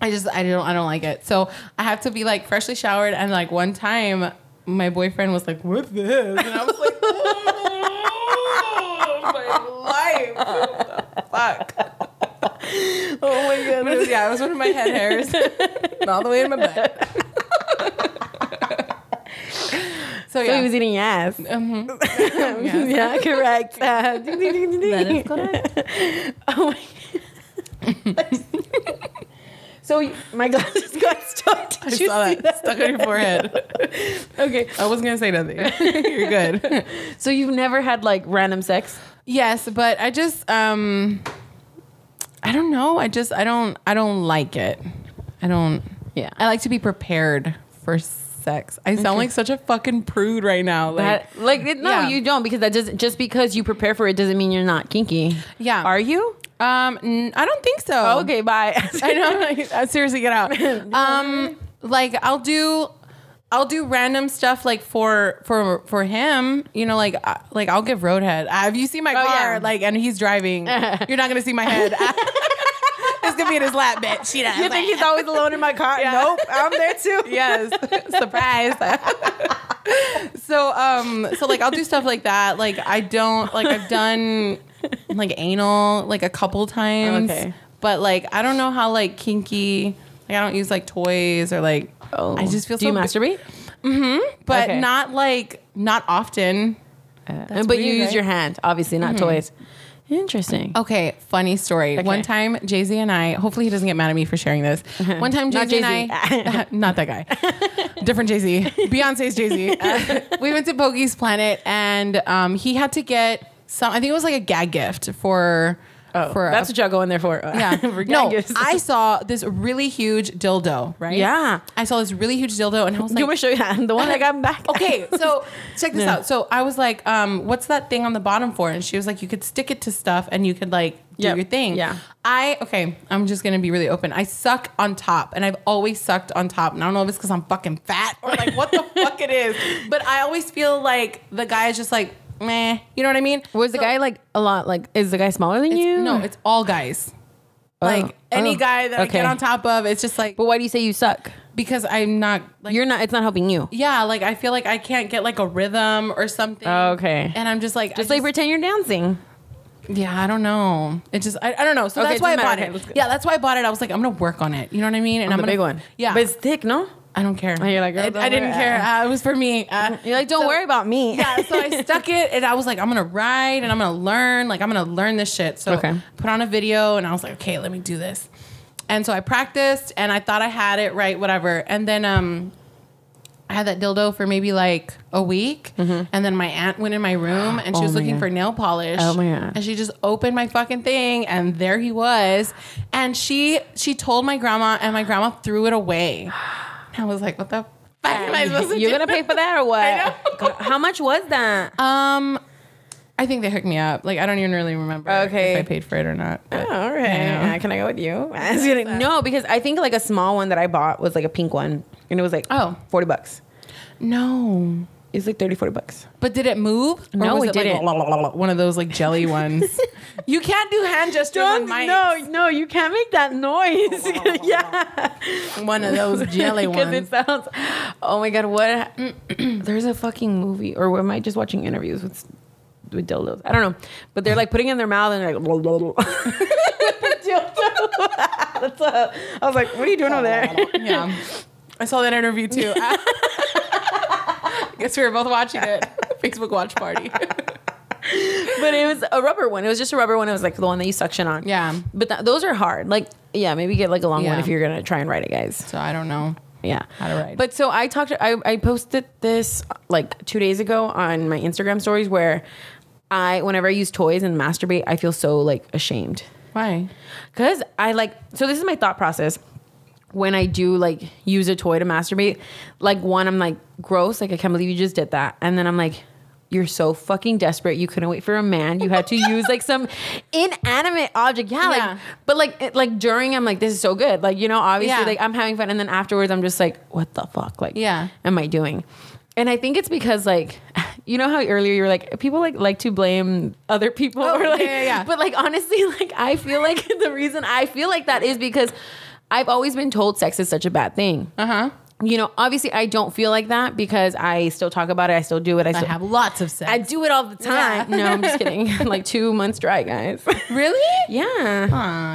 [SPEAKER 3] I just I don't I don't like it. So I have to be like freshly showered and like one time my boyfriend was like, "What's this?" and I was like, [laughs] "Oh, my life, What the fuck."
[SPEAKER 1] oh my
[SPEAKER 3] But it was- yeah, it was one of my head [laughs] hairs, And all the way in my butt. so
[SPEAKER 1] So
[SPEAKER 3] yeah,
[SPEAKER 1] he was eating ass.
[SPEAKER 3] Mm-hmm.
[SPEAKER 1] [laughs]
[SPEAKER 3] [laughs] Yes.
[SPEAKER 1] yeah,
[SPEAKER 3] [laughs]
[SPEAKER 1] correct. Uh, ding, ding, ding, ding,
[SPEAKER 3] That is
[SPEAKER 1] ding.
[SPEAKER 3] [laughs]
[SPEAKER 1] oh my [laughs] So my glasses got stuck. Did
[SPEAKER 3] I
[SPEAKER 1] you
[SPEAKER 3] saw
[SPEAKER 1] see
[SPEAKER 3] that, stuck on your forehead.
[SPEAKER 1] [laughs] Okay.
[SPEAKER 3] I wasn't gonna say nothing. [laughs] You're good.
[SPEAKER 1] So you've never had like random sex?
[SPEAKER 3] Yes, but I just um I don't know. I just I don't I don't like it. I don't
[SPEAKER 1] Yeah.
[SPEAKER 3] I like to be prepared for sex. I sound like such a fucking prude right now. Like
[SPEAKER 1] That, like it, no,
[SPEAKER 3] Yeah.
[SPEAKER 1] you don't because that doesn't just because you prepare for it doesn't mean you're not kinky.
[SPEAKER 3] Yeah.
[SPEAKER 1] Are you?
[SPEAKER 3] um n- I don't think so.
[SPEAKER 1] Okay, [laughs] bye.
[SPEAKER 3] [laughs] I know. uh, Seriously,
[SPEAKER 1] [laughs]
[SPEAKER 3] get out. Um, like I'll do, I'll do random stuff like for for for him. You know, like uh, like I'll give Roadhead. Uh, Have you seen my
[SPEAKER 1] Oh,
[SPEAKER 3] car?
[SPEAKER 1] yeah.
[SPEAKER 3] Like, and he's
[SPEAKER 1] [laughs]
[SPEAKER 3] driving. You're not gonna see my head. it's gonna be in his lap, bitch. You know,
[SPEAKER 1] you think he's always alone in my car? Nope, I'm there too. [laughs]
[SPEAKER 3] yes surprise so um so like i'll do stuff like that like i don't like i've done like anal like a couple times
[SPEAKER 1] Okay.
[SPEAKER 3] but like i don't know how like kinky like i don't use like toys or like
[SPEAKER 1] Oh,
[SPEAKER 3] i just feel
[SPEAKER 1] Do
[SPEAKER 3] so
[SPEAKER 1] you
[SPEAKER 3] gu-
[SPEAKER 1] masturbate?
[SPEAKER 3] but
[SPEAKER 1] Okay.
[SPEAKER 3] not like not often
[SPEAKER 1] Uh, but you
[SPEAKER 3] weird,
[SPEAKER 1] use
[SPEAKER 3] right?
[SPEAKER 1] your hand, obviously, not toys. Interesting.
[SPEAKER 3] Okay, funny story. One time, Jay Z and I. Hopefully, he doesn't get mad at me for sharing
[SPEAKER 1] [laughs]
[SPEAKER 3] this. One time, Jay
[SPEAKER 1] Not
[SPEAKER 3] Z and
[SPEAKER 1] Jay-Z.
[SPEAKER 3] I. [laughs] not
[SPEAKER 1] [laughs]
[SPEAKER 3] that guy. Different Jay Z. Beyonce's Jay Z. we went to Bogey's Planet, and um, he had to get some. I think it was like a gag gift for.
[SPEAKER 1] Oh,
[SPEAKER 3] for a-
[SPEAKER 1] that's what y'all go in there for.
[SPEAKER 3] [laughs]
[SPEAKER 1] [laughs]
[SPEAKER 3] yeah.
[SPEAKER 1] For
[SPEAKER 3] no,
[SPEAKER 1] gag gifts.
[SPEAKER 3] I saw this really huge dildo. Right.
[SPEAKER 1] Yeah.
[SPEAKER 3] I saw this really huge dildo, and I was
[SPEAKER 1] you want
[SPEAKER 3] like,
[SPEAKER 1] me to show you [laughs] that? the one I got back?
[SPEAKER 3] okay,
[SPEAKER 1] [laughs]
[SPEAKER 3] so check this
[SPEAKER 1] Yeah.
[SPEAKER 3] out. So I was like, um, what's that thing on the bottom for? And she was like, you could stick it to stuff and you could like do
[SPEAKER 1] Yep.
[SPEAKER 3] your thing.
[SPEAKER 1] Yeah.
[SPEAKER 3] I okay, I'm just gonna be really open. I suck on top, and I've always sucked on top. And I don't know if it's because I'm fucking fat or like what
[SPEAKER 1] [laughs]
[SPEAKER 3] the fuck it is, but I always feel like the guy is just like, meh. You know what I mean?
[SPEAKER 1] was the
[SPEAKER 3] So-
[SPEAKER 1] guy like a lot? Like, is the guy smaller than
[SPEAKER 3] It's-
[SPEAKER 1] you?
[SPEAKER 3] No, it's all guys. Like any
[SPEAKER 1] oh,
[SPEAKER 3] guy that I
[SPEAKER 1] okay.
[SPEAKER 3] get on top of, it's just like
[SPEAKER 1] But why do you say you suck?
[SPEAKER 3] because I'm not like
[SPEAKER 1] You're not. It's not helping you.
[SPEAKER 3] yeah, like I feel like I can't get like a rhythm or something.
[SPEAKER 1] Oh, Okay.
[SPEAKER 3] And I'm just like,
[SPEAKER 1] Just
[SPEAKER 3] I
[SPEAKER 1] like pretend you're dancing.
[SPEAKER 3] yeah, I don't know. It just, I, I don't know. So
[SPEAKER 1] Okay,
[SPEAKER 3] that's why I
[SPEAKER 1] it doesn't
[SPEAKER 3] bought
[SPEAKER 1] matter. Okay,
[SPEAKER 3] it.
[SPEAKER 1] let's go.
[SPEAKER 3] yeah, that's why I bought it. I was like, I'm gonna work on it. You know what I mean? And
[SPEAKER 1] I'm
[SPEAKER 3] I'm
[SPEAKER 1] the
[SPEAKER 3] gonna,
[SPEAKER 1] big one.
[SPEAKER 3] Yeah,
[SPEAKER 1] but it's thick, no?
[SPEAKER 3] I don't care.
[SPEAKER 1] [laughs] And you're like, girl,
[SPEAKER 3] I,
[SPEAKER 1] don't
[SPEAKER 3] I didn't
[SPEAKER 1] worry.
[SPEAKER 3] care. Uh, it was for me. Uh,
[SPEAKER 1] [laughs] You're like, don't
[SPEAKER 3] so-
[SPEAKER 1] worry about me. [laughs]
[SPEAKER 3] yeah, so I stuck it, and I was like, I'm gonna ride, and I'm gonna learn. Like, I'm gonna learn this shit. So
[SPEAKER 1] Okay.
[SPEAKER 3] put on a video, and I was like, okay, let me do this. And so I practiced, and I thought I had it right, whatever. And then um, I had that dildo for maybe like a week, and then my aunt went in my room, and
[SPEAKER 1] Mm-hmm.
[SPEAKER 3] she
[SPEAKER 1] Oh
[SPEAKER 3] was
[SPEAKER 1] my
[SPEAKER 3] looking
[SPEAKER 1] God.
[SPEAKER 3] for nail polish.
[SPEAKER 1] Oh my God.
[SPEAKER 3] And she just opened my fucking thing, and there he was. And she she told my grandma, and my grandma threw it away. And I was like, what the. fuck am I supposed to
[SPEAKER 1] You're
[SPEAKER 3] do?
[SPEAKER 1] gonna pay for [laughs] that or what?
[SPEAKER 3] I know.
[SPEAKER 1] How much was [laughs] that?
[SPEAKER 3] Um, I think they hooked me up. Like I don't even really remember
[SPEAKER 1] Okay. Oh.
[SPEAKER 3] if I paid for it or not. but-
[SPEAKER 1] all right.
[SPEAKER 3] Yeah.
[SPEAKER 1] Can [laughs] I go with you? no, because I think like a small one that I bought was like a pink one, and it was like
[SPEAKER 3] Oh.
[SPEAKER 1] 40 bucks.
[SPEAKER 3] No,
[SPEAKER 1] It's like 30, 40 bucks.
[SPEAKER 3] but did it move? Or
[SPEAKER 1] No,
[SPEAKER 3] was
[SPEAKER 1] it
[SPEAKER 3] like,
[SPEAKER 1] didn't.
[SPEAKER 3] la, la, la, la, [laughs] one of those like jelly ones. you can't do hand gestures on my
[SPEAKER 1] no, no, you can't make that noise. [laughs] yeah,
[SPEAKER 3] one
[SPEAKER 1] [laughs]
[SPEAKER 3] of those jelly
[SPEAKER 1] because
[SPEAKER 3] ones.
[SPEAKER 1] it sounds. Oh my god, what? [clears throat] There's a fucking movie, or am I just watching interviews with with dildos? I don't know, but they're like putting it in their mouth and they're like. [laughs] Blah, blah, blah. Dildo. That's a- I was like, what are you doing over there?
[SPEAKER 3] yeah, I saw that interview too. Guess we were both watching it. Facebook watch
[SPEAKER 1] [laughs]
[SPEAKER 3] party.
[SPEAKER 1] but it was a rubber one. It was just a rubber one. It was like the one that you suction on.
[SPEAKER 3] Yeah.
[SPEAKER 1] But th- those are hard. Like, yeah, maybe get like a long one
[SPEAKER 3] Yeah.
[SPEAKER 1] if you're gonna try and ride it, guys.
[SPEAKER 3] so I don't know.
[SPEAKER 1] Yeah.
[SPEAKER 3] How to ride.
[SPEAKER 1] But so I talked. I I posted this like two days ago on my Instagram stories where I whenever I use toys and masturbate, I feel so like ashamed
[SPEAKER 3] Why?
[SPEAKER 1] because I like. So this is my thought process when I do like use a toy to masturbate. Like one, I'm like gross. Like I can't believe you just did that. And then I'm like. You're so fucking desperate. You couldn't wait for a man. You had
[SPEAKER 3] [laughs]
[SPEAKER 1] to use like some inanimate object. Yeah, like,
[SPEAKER 3] Yeah.
[SPEAKER 1] but like, it, like during, I'm like, this is so good. Like, you know, obviously,
[SPEAKER 3] Yeah.
[SPEAKER 1] like I'm having fun, and then afterwards, I'm just like, what the fuck? Like,
[SPEAKER 3] Yeah.
[SPEAKER 1] am I doing? And I think it's because like, [laughs] you know how earlier you were like, people like like to blame other people.
[SPEAKER 3] Oh,
[SPEAKER 1] [laughs] or, like,
[SPEAKER 3] yeah, yeah, yeah.
[SPEAKER 1] But like honestly, [laughs] like I feel like [laughs] the reason I feel like that is because I've always been told sex is such a bad thing.
[SPEAKER 3] Uh huh.
[SPEAKER 1] You know, obviously I don't feel like that because I still talk about it. I still do it. I
[SPEAKER 3] I
[SPEAKER 1] still
[SPEAKER 3] have lots of sex.
[SPEAKER 1] I do it all the time.
[SPEAKER 3] Yeah.
[SPEAKER 1] No, I'm just
[SPEAKER 3] [laughs]
[SPEAKER 1] kidding. [laughs] like two months dry, guys. [laughs]
[SPEAKER 3] really?
[SPEAKER 1] yeah.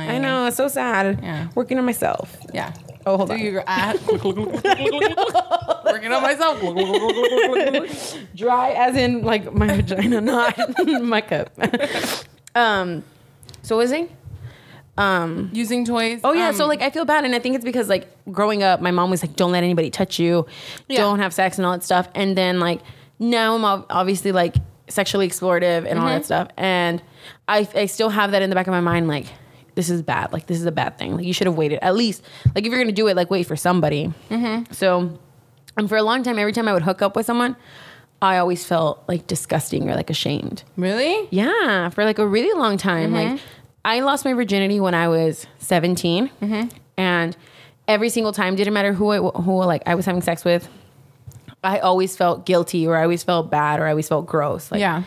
[SPEAKER 1] I know. It's so sad.
[SPEAKER 3] Yeah.
[SPEAKER 1] Working on myself.
[SPEAKER 3] Yeah.
[SPEAKER 1] Oh, hold
[SPEAKER 3] Do
[SPEAKER 1] on.
[SPEAKER 3] you, uh, [laughs] working on myself.
[SPEAKER 1] dry as in like my vagina [laughs] not my cup [laughs] um so what was it um
[SPEAKER 3] Using toys.
[SPEAKER 1] oh yeah
[SPEAKER 3] um,
[SPEAKER 1] so like i feel bad and i think it's because like growing up my mom was like don't let anybody touch you
[SPEAKER 3] Yeah.
[SPEAKER 1] don't have sex and all that stuff and then like now i'm ob- obviously like sexually explorative and all
[SPEAKER 3] Mm-hmm.
[SPEAKER 1] that stuff. And I, I still have that in the back of my mind, like, this is bad. Like, this is a bad thing. Like, you should have waited. At least, like, if you're going to do it, like, wait for somebody.
[SPEAKER 3] Mm-hmm.
[SPEAKER 1] So, and for a long time, every time I would hook up with someone, I always felt like disgusting or like ashamed.
[SPEAKER 3] Really?
[SPEAKER 1] Yeah, for like a really long time. Like,
[SPEAKER 3] Mm-hmm.
[SPEAKER 1] I lost my virginity when I was 17,
[SPEAKER 3] Mm-hmm.
[SPEAKER 1] and every single time, didn't matter who I, who like I was having sex with, I always felt guilty or I always felt bad or I always felt gross. Like,
[SPEAKER 3] Yeah.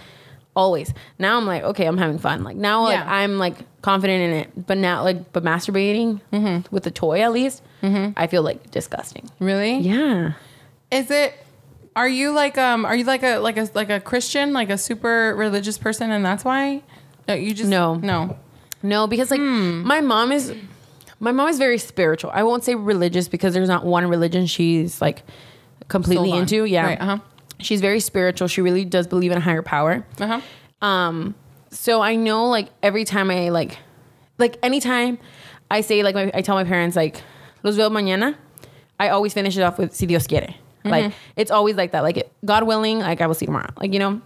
[SPEAKER 1] always. Now I'm like, okay, I'm having fun. Like now, like
[SPEAKER 3] Yeah.
[SPEAKER 1] I'm like confident in it. But now, like, but masturbating
[SPEAKER 3] Mm-hmm.
[SPEAKER 1] with a toy at least, I feel like disgusting.
[SPEAKER 3] Really?
[SPEAKER 1] Yeah.
[SPEAKER 3] Is it? Are you like um? Are you like a like a like a Christian, like a super religious person, and that's why? No, you just
[SPEAKER 1] No.
[SPEAKER 3] no.
[SPEAKER 1] No, because like
[SPEAKER 3] Hmm.
[SPEAKER 1] my mom is my mom is very spiritual. I won't say religious because there's not one religion she's like completely
[SPEAKER 3] Sold on.
[SPEAKER 1] into. Yeah.
[SPEAKER 3] Right, uh-huh.
[SPEAKER 1] She's very spiritual. She really does believe in a higher power.
[SPEAKER 3] Uh huh.
[SPEAKER 1] Um so I know like every time I like like anytime I say like my, I tell my parents like los veo mañana, I always finish it off with si Dios quiere.
[SPEAKER 3] Mm-hmm.
[SPEAKER 1] Like it's always like that. Like it, God willing, like I will see tomorrow. Like you know.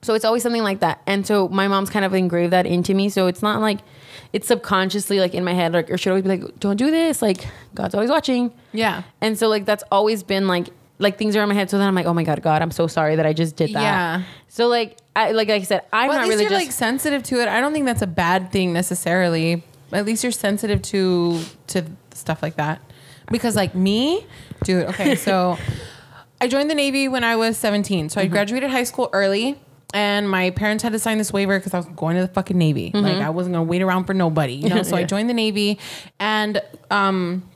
[SPEAKER 1] So it's always something like that. And so my mom's kind of engraved that into me. So it's not like it's subconsciously like in my head like or should always be like don't do this. Like God's always watching.
[SPEAKER 3] Yeah.
[SPEAKER 1] And so like that's always been like like things are in my head. So then I'm like oh my god God I'm so sorry that I just did that.
[SPEAKER 3] Yeah.
[SPEAKER 1] So like I like I said I'm
[SPEAKER 3] Well, at
[SPEAKER 1] not
[SPEAKER 3] least
[SPEAKER 1] really
[SPEAKER 3] you're like sensitive to it. I don't think that's a bad thing necessarily. At least you're sensitive to to stuff like that. Because like me, dude.
[SPEAKER 1] [laughs]
[SPEAKER 3] Okay, so I joined the Navy when I was 17. So I
[SPEAKER 1] Mm-hmm.
[SPEAKER 3] graduated high school early. And my parents had to sign this waiver because I was going to the fucking Navy.
[SPEAKER 1] Mm-hmm.
[SPEAKER 3] Like I wasn't gonna wait around for nobody,
[SPEAKER 1] [laughs]
[SPEAKER 3] you know. So I joined the Navy, and um,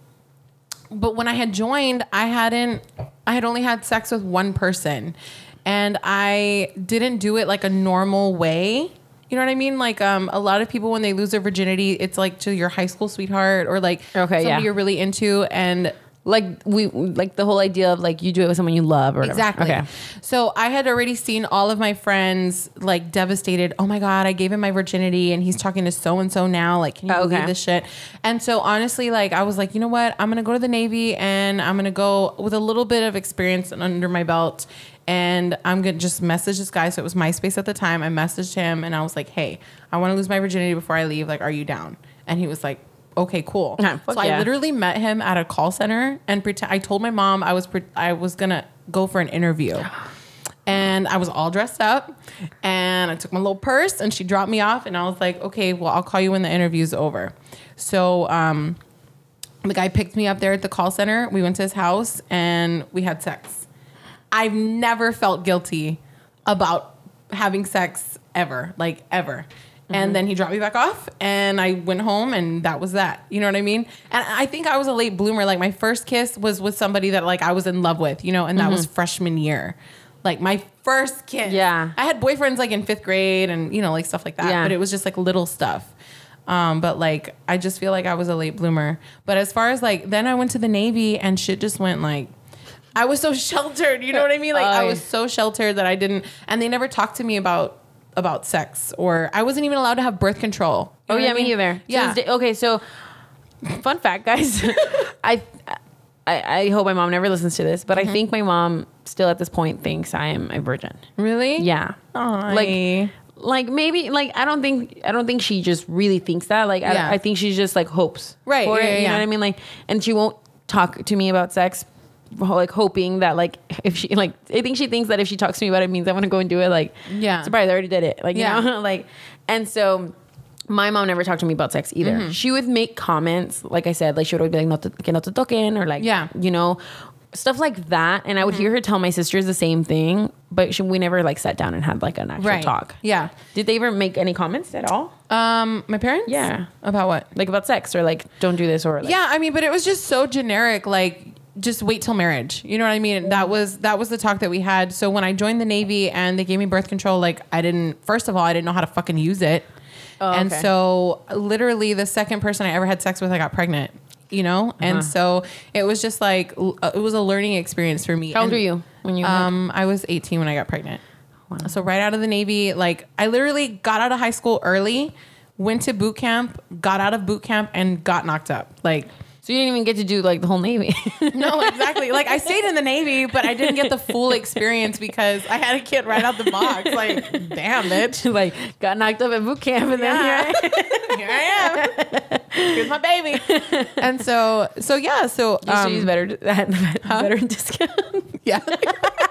[SPEAKER 3] but when I had joined, I hadn't I had only had sex with one person and I didn't do it like a normal way. You know what I mean? Like um, a lot of people when they lose their virginity, it's like to your high school sweetheart or like
[SPEAKER 1] Okay,
[SPEAKER 3] somebody
[SPEAKER 1] yeah.
[SPEAKER 3] you're really into and
[SPEAKER 1] like we like the whole idea of like you do it with someone you love or whatever.
[SPEAKER 3] Exactly.
[SPEAKER 1] Okay.
[SPEAKER 3] So I had already seen all of my friends like devastated. Oh my god, I gave him my virginity, and he's talking to so and so now. Like, can you
[SPEAKER 1] Okay.
[SPEAKER 3] believe this shit? And so honestly, like I was like, you know what? I'm gonna go to the Navy, and I'm gonna go with a little bit of experience and under my belt. And I'm gonna just message this guy. So it was MySpace at the time. I messaged him, and I was like, hey, I want to lose my virginity before I leave. Like, are you down? And he was like. Okay, cool.
[SPEAKER 1] Yeah,
[SPEAKER 3] so
[SPEAKER 1] fuck
[SPEAKER 3] I
[SPEAKER 1] yeah.
[SPEAKER 3] literally literally met him at a call center and pretend I told my mom I was pre- I was gonna go for an
[SPEAKER 1] [gasps]
[SPEAKER 3] interview. And I was all dressed up and I took my little purse and she dropped me off and I was like, okay, well, I'll call you when the interview's over. So um, the guy picked me up there at the call center. We went to his house and we had sex. I've never felt guilty about having sex ever, like ever. And then he dropped me back off, and I went home, and that was that. You know what I mean? And I think I was a late bloomer. Like my first kiss was with somebody that like I was in love with, you know, and that was freshman year. Like my first kiss.
[SPEAKER 1] Yeah.
[SPEAKER 3] I had boyfriends like in fifth grade, and you know, like stuff like that.
[SPEAKER 1] Yeah.
[SPEAKER 3] But it was just like little stuff. Um, but like I just feel like I was a late bloomer. But as far as like then I went to the Navy, and shit just went like I was so [laughs] sheltered. You know what I mean? Like I
[SPEAKER 1] Oh,
[SPEAKER 3] was
[SPEAKER 1] yeah.
[SPEAKER 3] so sheltered that I didn't, and they never talked to me about about sex or I wasn't even allowed to have birth control.
[SPEAKER 1] Oh
[SPEAKER 3] You know
[SPEAKER 1] yeah,
[SPEAKER 3] what I
[SPEAKER 1] me
[SPEAKER 3] mean?
[SPEAKER 1] neither.
[SPEAKER 3] Yeah.
[SPEAKER 1] Tuesday- okay, so fun fact, guys. I, I I hope my mom never listens to this, but I think my mom still at this point thinks I am a virgin.
[SPEAKER 3] really?
[SPEAKER 1] Yeah.
[SPEAKER 3] Aw.
[SPEAKER 1] Like like maybe like I don't think I don't think she just really thinks that. Like
[SPEAKER 3] Yeah.
[SPEAKER 1] I, I think she's just like hopes
[SPEAKER 3] Right,
[SPEAKER 1] for
[SPEAKER 3] yeah,
[SPEAKER 1] it. You
[SPEAKER 3] yeah.
[SPEAKER 1] know what I mean? Like and she won't talk to me about sex like hoping that like [laughs] if she like I think she thinks that if she talks to me about it, it means I want to go and do it like
[SPEAKER 3] Yeah.
[SPEAKER 1] surprise I already did it like you
[SPEAKER 3] Yeah.
[SPEAKER 1] know [laughs] like and so my mom never talked to me about sex either
[SPEAKER 3] Mm-hmm.
[SPEAKER 1] she would make comments like I said like she would always be like no te, que no te toquen or like
[SPEAKER 3] Yeah.
[SPEAKER 1] you know stuff like that and I would hear her tell my sisters the same thing but she, we never like sat down and had like an actual
[SPEAKER 3] Right.
[SPEAKER 1] talk
[SPEAKER 3] Yeah.
[SPEAKER 1] did they ever make any comments at all
[SPEAKER 3] Um, my parents?
[SPEAKER 1] Yeah.
[SPEAKER 3] About what?
[SPEAKER 1] like about sex or like don't do this or like
[SPEAKER 3] yeah, I mean, but it was just so generic, like just wait till marriage. You know what I mean? That was that was the talk that we had. So when I joined the Navy and they gave me birth control, like I didn't first of all, I didn't know how to fucking use it. And
[SPEAKER 1] Oh, okay.
[SPEAKER 3] so literally the second person I ever had sex with, I got pregnant, you know?
[SPEAKER 1] Uh-huh.
[SPEAKER 3] And so it was just like l- uh, it was a learning experience for me.
[SPEAKER 1] how old
[SPEAKER 3] And-
[SPEAKER 1] were you when you had-
[SPEAKER 3] um, I was 18 when I got pregnant. So right out of the Navy, like I literally got out of high school early, went to boot camp, got out of boot camp, and got knocked up. Like
[SPEAKER 1] So you didn't even get to do like the whole Navy.
[SPEAKER 3] [laughs]
[SPEAKER 1] [laughs]
[SPEAKER 3] No, exactly. Like I stayed in the Navy, but I didn't get the full experience because I had a kid right out the box. Like, damn bitch.
[SPEAKER 1] like got knocked up at boot camp and then here
[SPEAKER 3] Yeah.
[SPEAKER 1] I
[SPEAKER 3] Here I am. Here's my baby. And so, so yeah, so
[SPEAKER 1] You should
[SPEAKER 3] um,
[SPEAKER 1] use [laughs] better, veteran [laughs] discount.
[SPEAKER 3] yeah,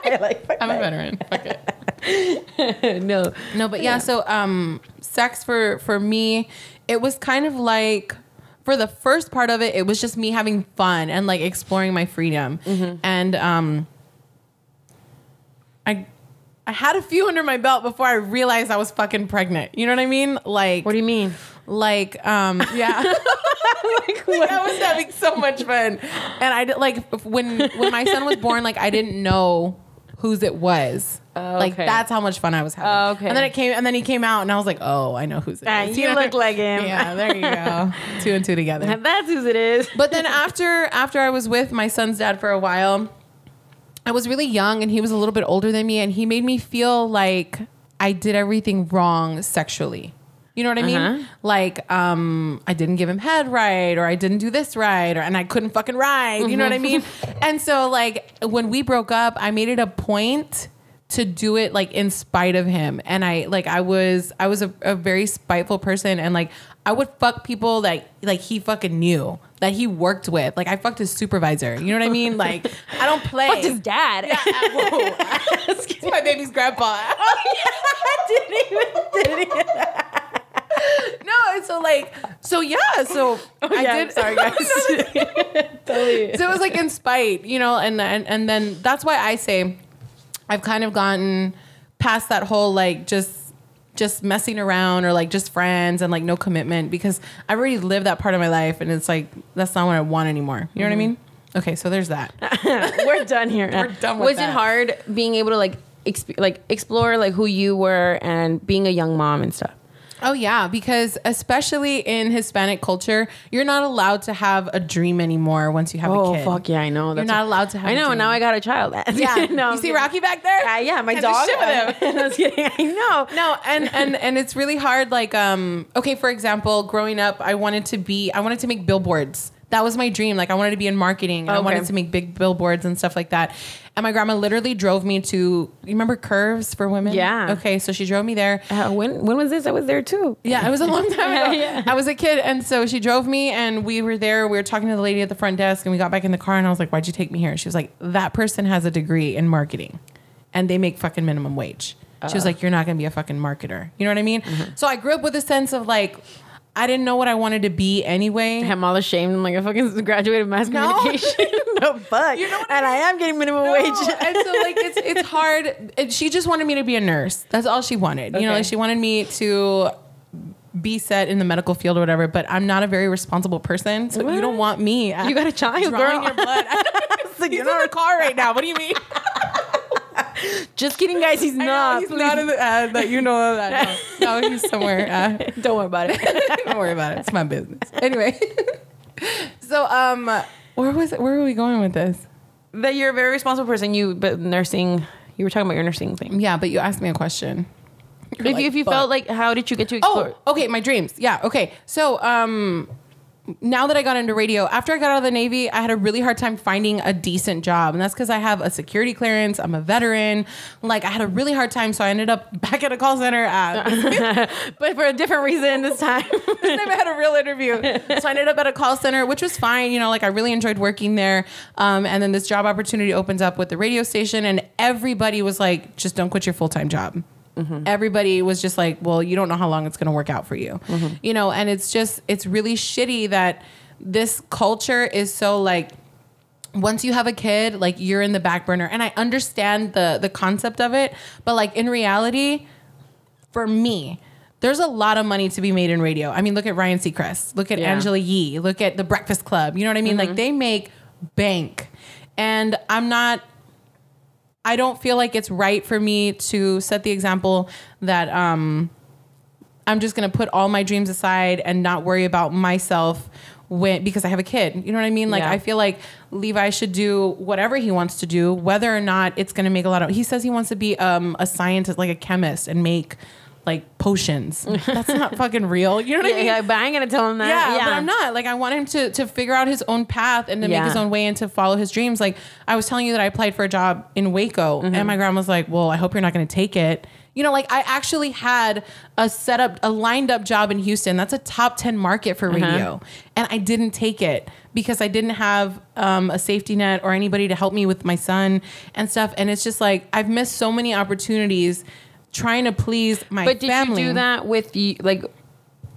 [SPEAKER 1] I like
[SPEAKER 3] I'm a veteran. Fuck it.
[SPEAKER 1] no.
[SPEAKER 3] No, but yeah, so um sex for for me, it was kind of like for the first part of it, it was just me having fun and like exploring my freedom.
[SPEAKER 1] Mm-hmm.
[SPEAKER 3] And um I I had a few under my belt before I realized I was fucking pregnant. You know what I mean? Like
[SPEAKER 1] What do you mean?
[SPEAKER 3] like um
[SPEAKER 1] [laughs]
[SPEAKER 3] yeah [laughs] like, i was having so much fun and i did like when when my son was born like i didn't know whose it was
[SPEAKER 1] Oh,
[SPEAKER 3] like
[SPEAKER 1] okay.
[SPEAKER 3] that's how much fun i was having
[SPEAKER 1] Oh, okay.
[SPEAKER 3] and then it came and then he came out and i was like oh i know whose it
[SPEAKER 1] [laughs]
[SPEAKER 3] is
[SPEAKER 1] Ah, you
[SPEAKER 3] know?
[SPEAKER 1] look like him.
[SPEAKER 3] yeah there you go two and two together
[SPEAKER 1] [laughs] That's who it is.
[SPEAKER 3] but then after after i was with my son's dad for a while i was really young and he was a little bit older than me and he made me feel like i did everything wrong sexually you know what i mean
[SPEAKER 1] Uh-huh.
[SPEAKER 3] like um i didn't give him head right or i didn't do this right or, and i couldn't fucking ride you know what i mean
[SPEAKER 1] Mm-hmm.
[SPEAKER 3] [laughs] and so like when we broke up i made it a point to do it like in spite of him and i like i was i was a, a very spiteful person and like i would fuck people that like he fucking knew that he worked with like i fucked his supervisor you know what i mean like i don't play
[SPEAKER 1] [laughs] Fucked his dad.
[SPEAKER 3] it's my baby's [laughs] grandpa [laughs]
[SPEAKER 1] didn't even. Didn't even.
[SPEAKER 3] no and so like so yeah so i
[SPEAKER 1] yeah,
[SPEAKER 3] did
[SPEAKER 1] I'm
[SPEAKER 3] [laughs]
[SPEAKER 1] sorry, guys.
[SPEAKER 3] so it was like in spite, you know, and and and then that's why I say I've kind of gotten past that whole like just just messing around or like just friends and like no commitment because I already lived that part of my life and it's like that's not what I want anymore. You know what I mean? Okay, so there's that.
[SPEAKER 1] We're done here. We're
[SPEAKER 3] done with
[SPEAKER 1] Was
[SPEAKER 3] that.
[SPEAKER 1] it hard being able to like, exp- like explore like who you were and being a young mom and stuff?
[SPEAKER 3] Oh yeah, because especially in Hispanic culture, you're not allowed to have a dream anymore once you have
[SPEAKER 1] Oh
[SPEAKER 3] a kid.
[SPEAKER 1] fuck yeah, I know.
[SPEAKER 3] You're not allowed to have
[SPEAKER 1] I
[SPEAKER 3] a
[SPEAKER 1] know.
[SPEAKER 3] dream.
[SPEAKER 1] Now I got a child. [laughs]
[SPEAKER 3] Yeah.
[SPEAKER 1] no.
[SPEAKER 3] you see
[SPEAKER 1] Rocky.
[SPEAKER 3] Rocky back there?
[SPEAKER 1] Uh, yeah, my
[SPEAKER 3] Had to
[SPEAKER 1] dog.
[SPEAKER 3] shit with
[SPEAKER 1] [laughs]
[SPEAKER 3] him.
[SPEAKER 1] I was kidding. I know.
[SPEAKER 3] no and and and it's really hard like um okay for example growing up i wanted to be i wanted to make billboards that was my dream like i wanted to be in marketing and i
[SPEAKER 1] Okay.
[SPEAKER 3] wanted to make big billboards and stuff like that and my grandma literally drove me to you remember curves for women
[SPEAKER 1] Yeah.
[SPEAKER 3] okay so she drove me there
[SPEAKER 1] Uh, when when was this? I was there too.
[SPEAKER 3] yeah, it was a
[SPEAKER 1] [laughs]
[SPEAKER 3] long time ago.
[SPEAKER 1] Yeah.
[SPEAKER 3] I was a kid, and so she drove me, and we were there. We were talking to the lady at the front desk, and we got back in the car, and I was like, "Why'd you take me here?" And she was like, "That person has a degree in marketing, and they make fucking minimum wage." She
[SPEAKER 1] Uh.
[SPEAKER 3] was like, "You're not gonna be a fucking marketer." You know what I mean?
[SPEAKER 1] Mm-hmm.
[SPEAKER 3] So I grew up with a sense of like, I didn't know what I wanted to be anyway.
[SPEAKER 1] I'm all ashamed. I'm like I fucking [laughs] graduated mass
[SPEAKER 3] No.
[SPEAKER 1] communication.
[SPEAKER 3] [laughs]
[SPEAKER 1] no fuck.
[SPEAKER 3] You know what I
[SPEAKER 1] and I am getting minimum
[SPEAKER 3] No,
[SPEAKER 1] wage. [laughs]
[SPEAKER 3] and so like it's it's hard. And she just wanted me to be a nurse. That's all she wanted. You know,
[SPEAKER 1] Okay.
[SPEAKER 3] like she wanted me to be set in the medical field or whatever. But I'm not a very responsible person, so you don't
[SPEAKER 1] What?
[SPEAKER 3] want me.
[SPEAKER 1] You got a child,
[SPEAKER 3] drawing
[SPEAKER 1] girl.
[SPEAKER 3] Your blood. [laughs]
[SPEAKER 1] like,
[SPEAKER 3] he's
[SPEAKER 1] you
[SPEAKER 3] in
[SPEAKER 1] know-
[SPEAKER 3] the car right now. What do you mean?
[SPEAKER 1] Just kidding, guys. He's not.
[SPEAKER 3] [laughs] he's
[SPEAKER 1] Please.
[SPEAKER 3] not in the. Uh, that you know [laughs] that. No, no he's somewhere. Uh, [laughs]
[SPEAKER 1] Don't worry about [laughs] it.
[SPEAKER 3] don't worry about it. It's my business. Anyway, [laughs] so um, where was where were we going with this?
[SPEAKER 1] that you're a very responsible person. You but nursing. You were talking about your nursing thing.
[SPEAKER 3] Yeah, but you asked me a question.
[SPEAKER 1] If you if you
[SPEAKER 3] fuck.
[SPEAKER 1] felt like, how did you get to explore?
[SPEAKER 3] Oh, okay, my dreams. Yeah, okay. So, um now that I got into radio, after I got out of the Navy, I had a really hard time finding a decent job. And that's because I have a security clearance. I'm a veteran. Like, I had a really hard time. So I ended up [laughs] back at a call center. Uh,
[SPEAKER 1] But for a different reason this time.
[SPEAKER 3] this time I had a real interview. So I ended up at a call center, which was fine. You know, like I really enjoyed working there. Um, and then this job opportunity opens up with the radio station, and everybody was like, just don't quit your full time job. Everybody was just like, well, you don't know how long it's going to work out for you. You know, and it's just, it's really shitty that this culture is so like, once you have a kid, like you're in the back burner. And I understand the the concept of it, but like in reality, for me, there's a lot of money to be made in radio. I mean, look at Ryan Seacrest, look at
[SPEAKER 1] Yeah.
[SPEAKER 3] Angela Yee, look at The Breakfast Club. You know what I mean? Like they make bank. And I'm not I don't feel like it's right for me to set the example that um I'm just gonna put all my dreams aside and not worry about myself when because I have a kid. You know what I mean? Like
[SPEAKER 1] Yeah.
[SPEAKER 3] I feel like Levi should do whatever he wants to do, whether or not it's gonna make a lot of he says he wants to be um a scientist, like a chemist and make like potions.
[SPEAKER 1] [laughs]
[SPEAKER 3] That's not fucking real. You know what I
[SPEAKER 1] [laughs]
[SPEAKER 3] mean?
[SPEAKER 1] Yeah, but I ain't gonna tell him that.
[SPEAKER 3] yeah, but I'm not. Like, I want him to to figure out his own path and to
[SPEAKER 1] Yeah.
[SPEAKER 3] make his own way and to follow his dreams. Like, I was telling you that I applied for a job in Waco,
[SPEAKER 1] Mm-hmm.
[SPEAKER 3] and my grandma's like, "Well, I hope you're not going to take it." You know, like I actually had a set up, a lined up job in Houston. That's a top ten market for
[SPEAKER 1] Mm-hmm.
[SPEAKER 3] radio, and I didn't take it because I didn't have um, a safety net or anybody to help me with my son and stuff. And it's just like I've missed so many opportunities trying to please my
[SPEAKER 1] But did
[SPEAKER 3] family.
[SPEAKER 1] you do that with you? Like,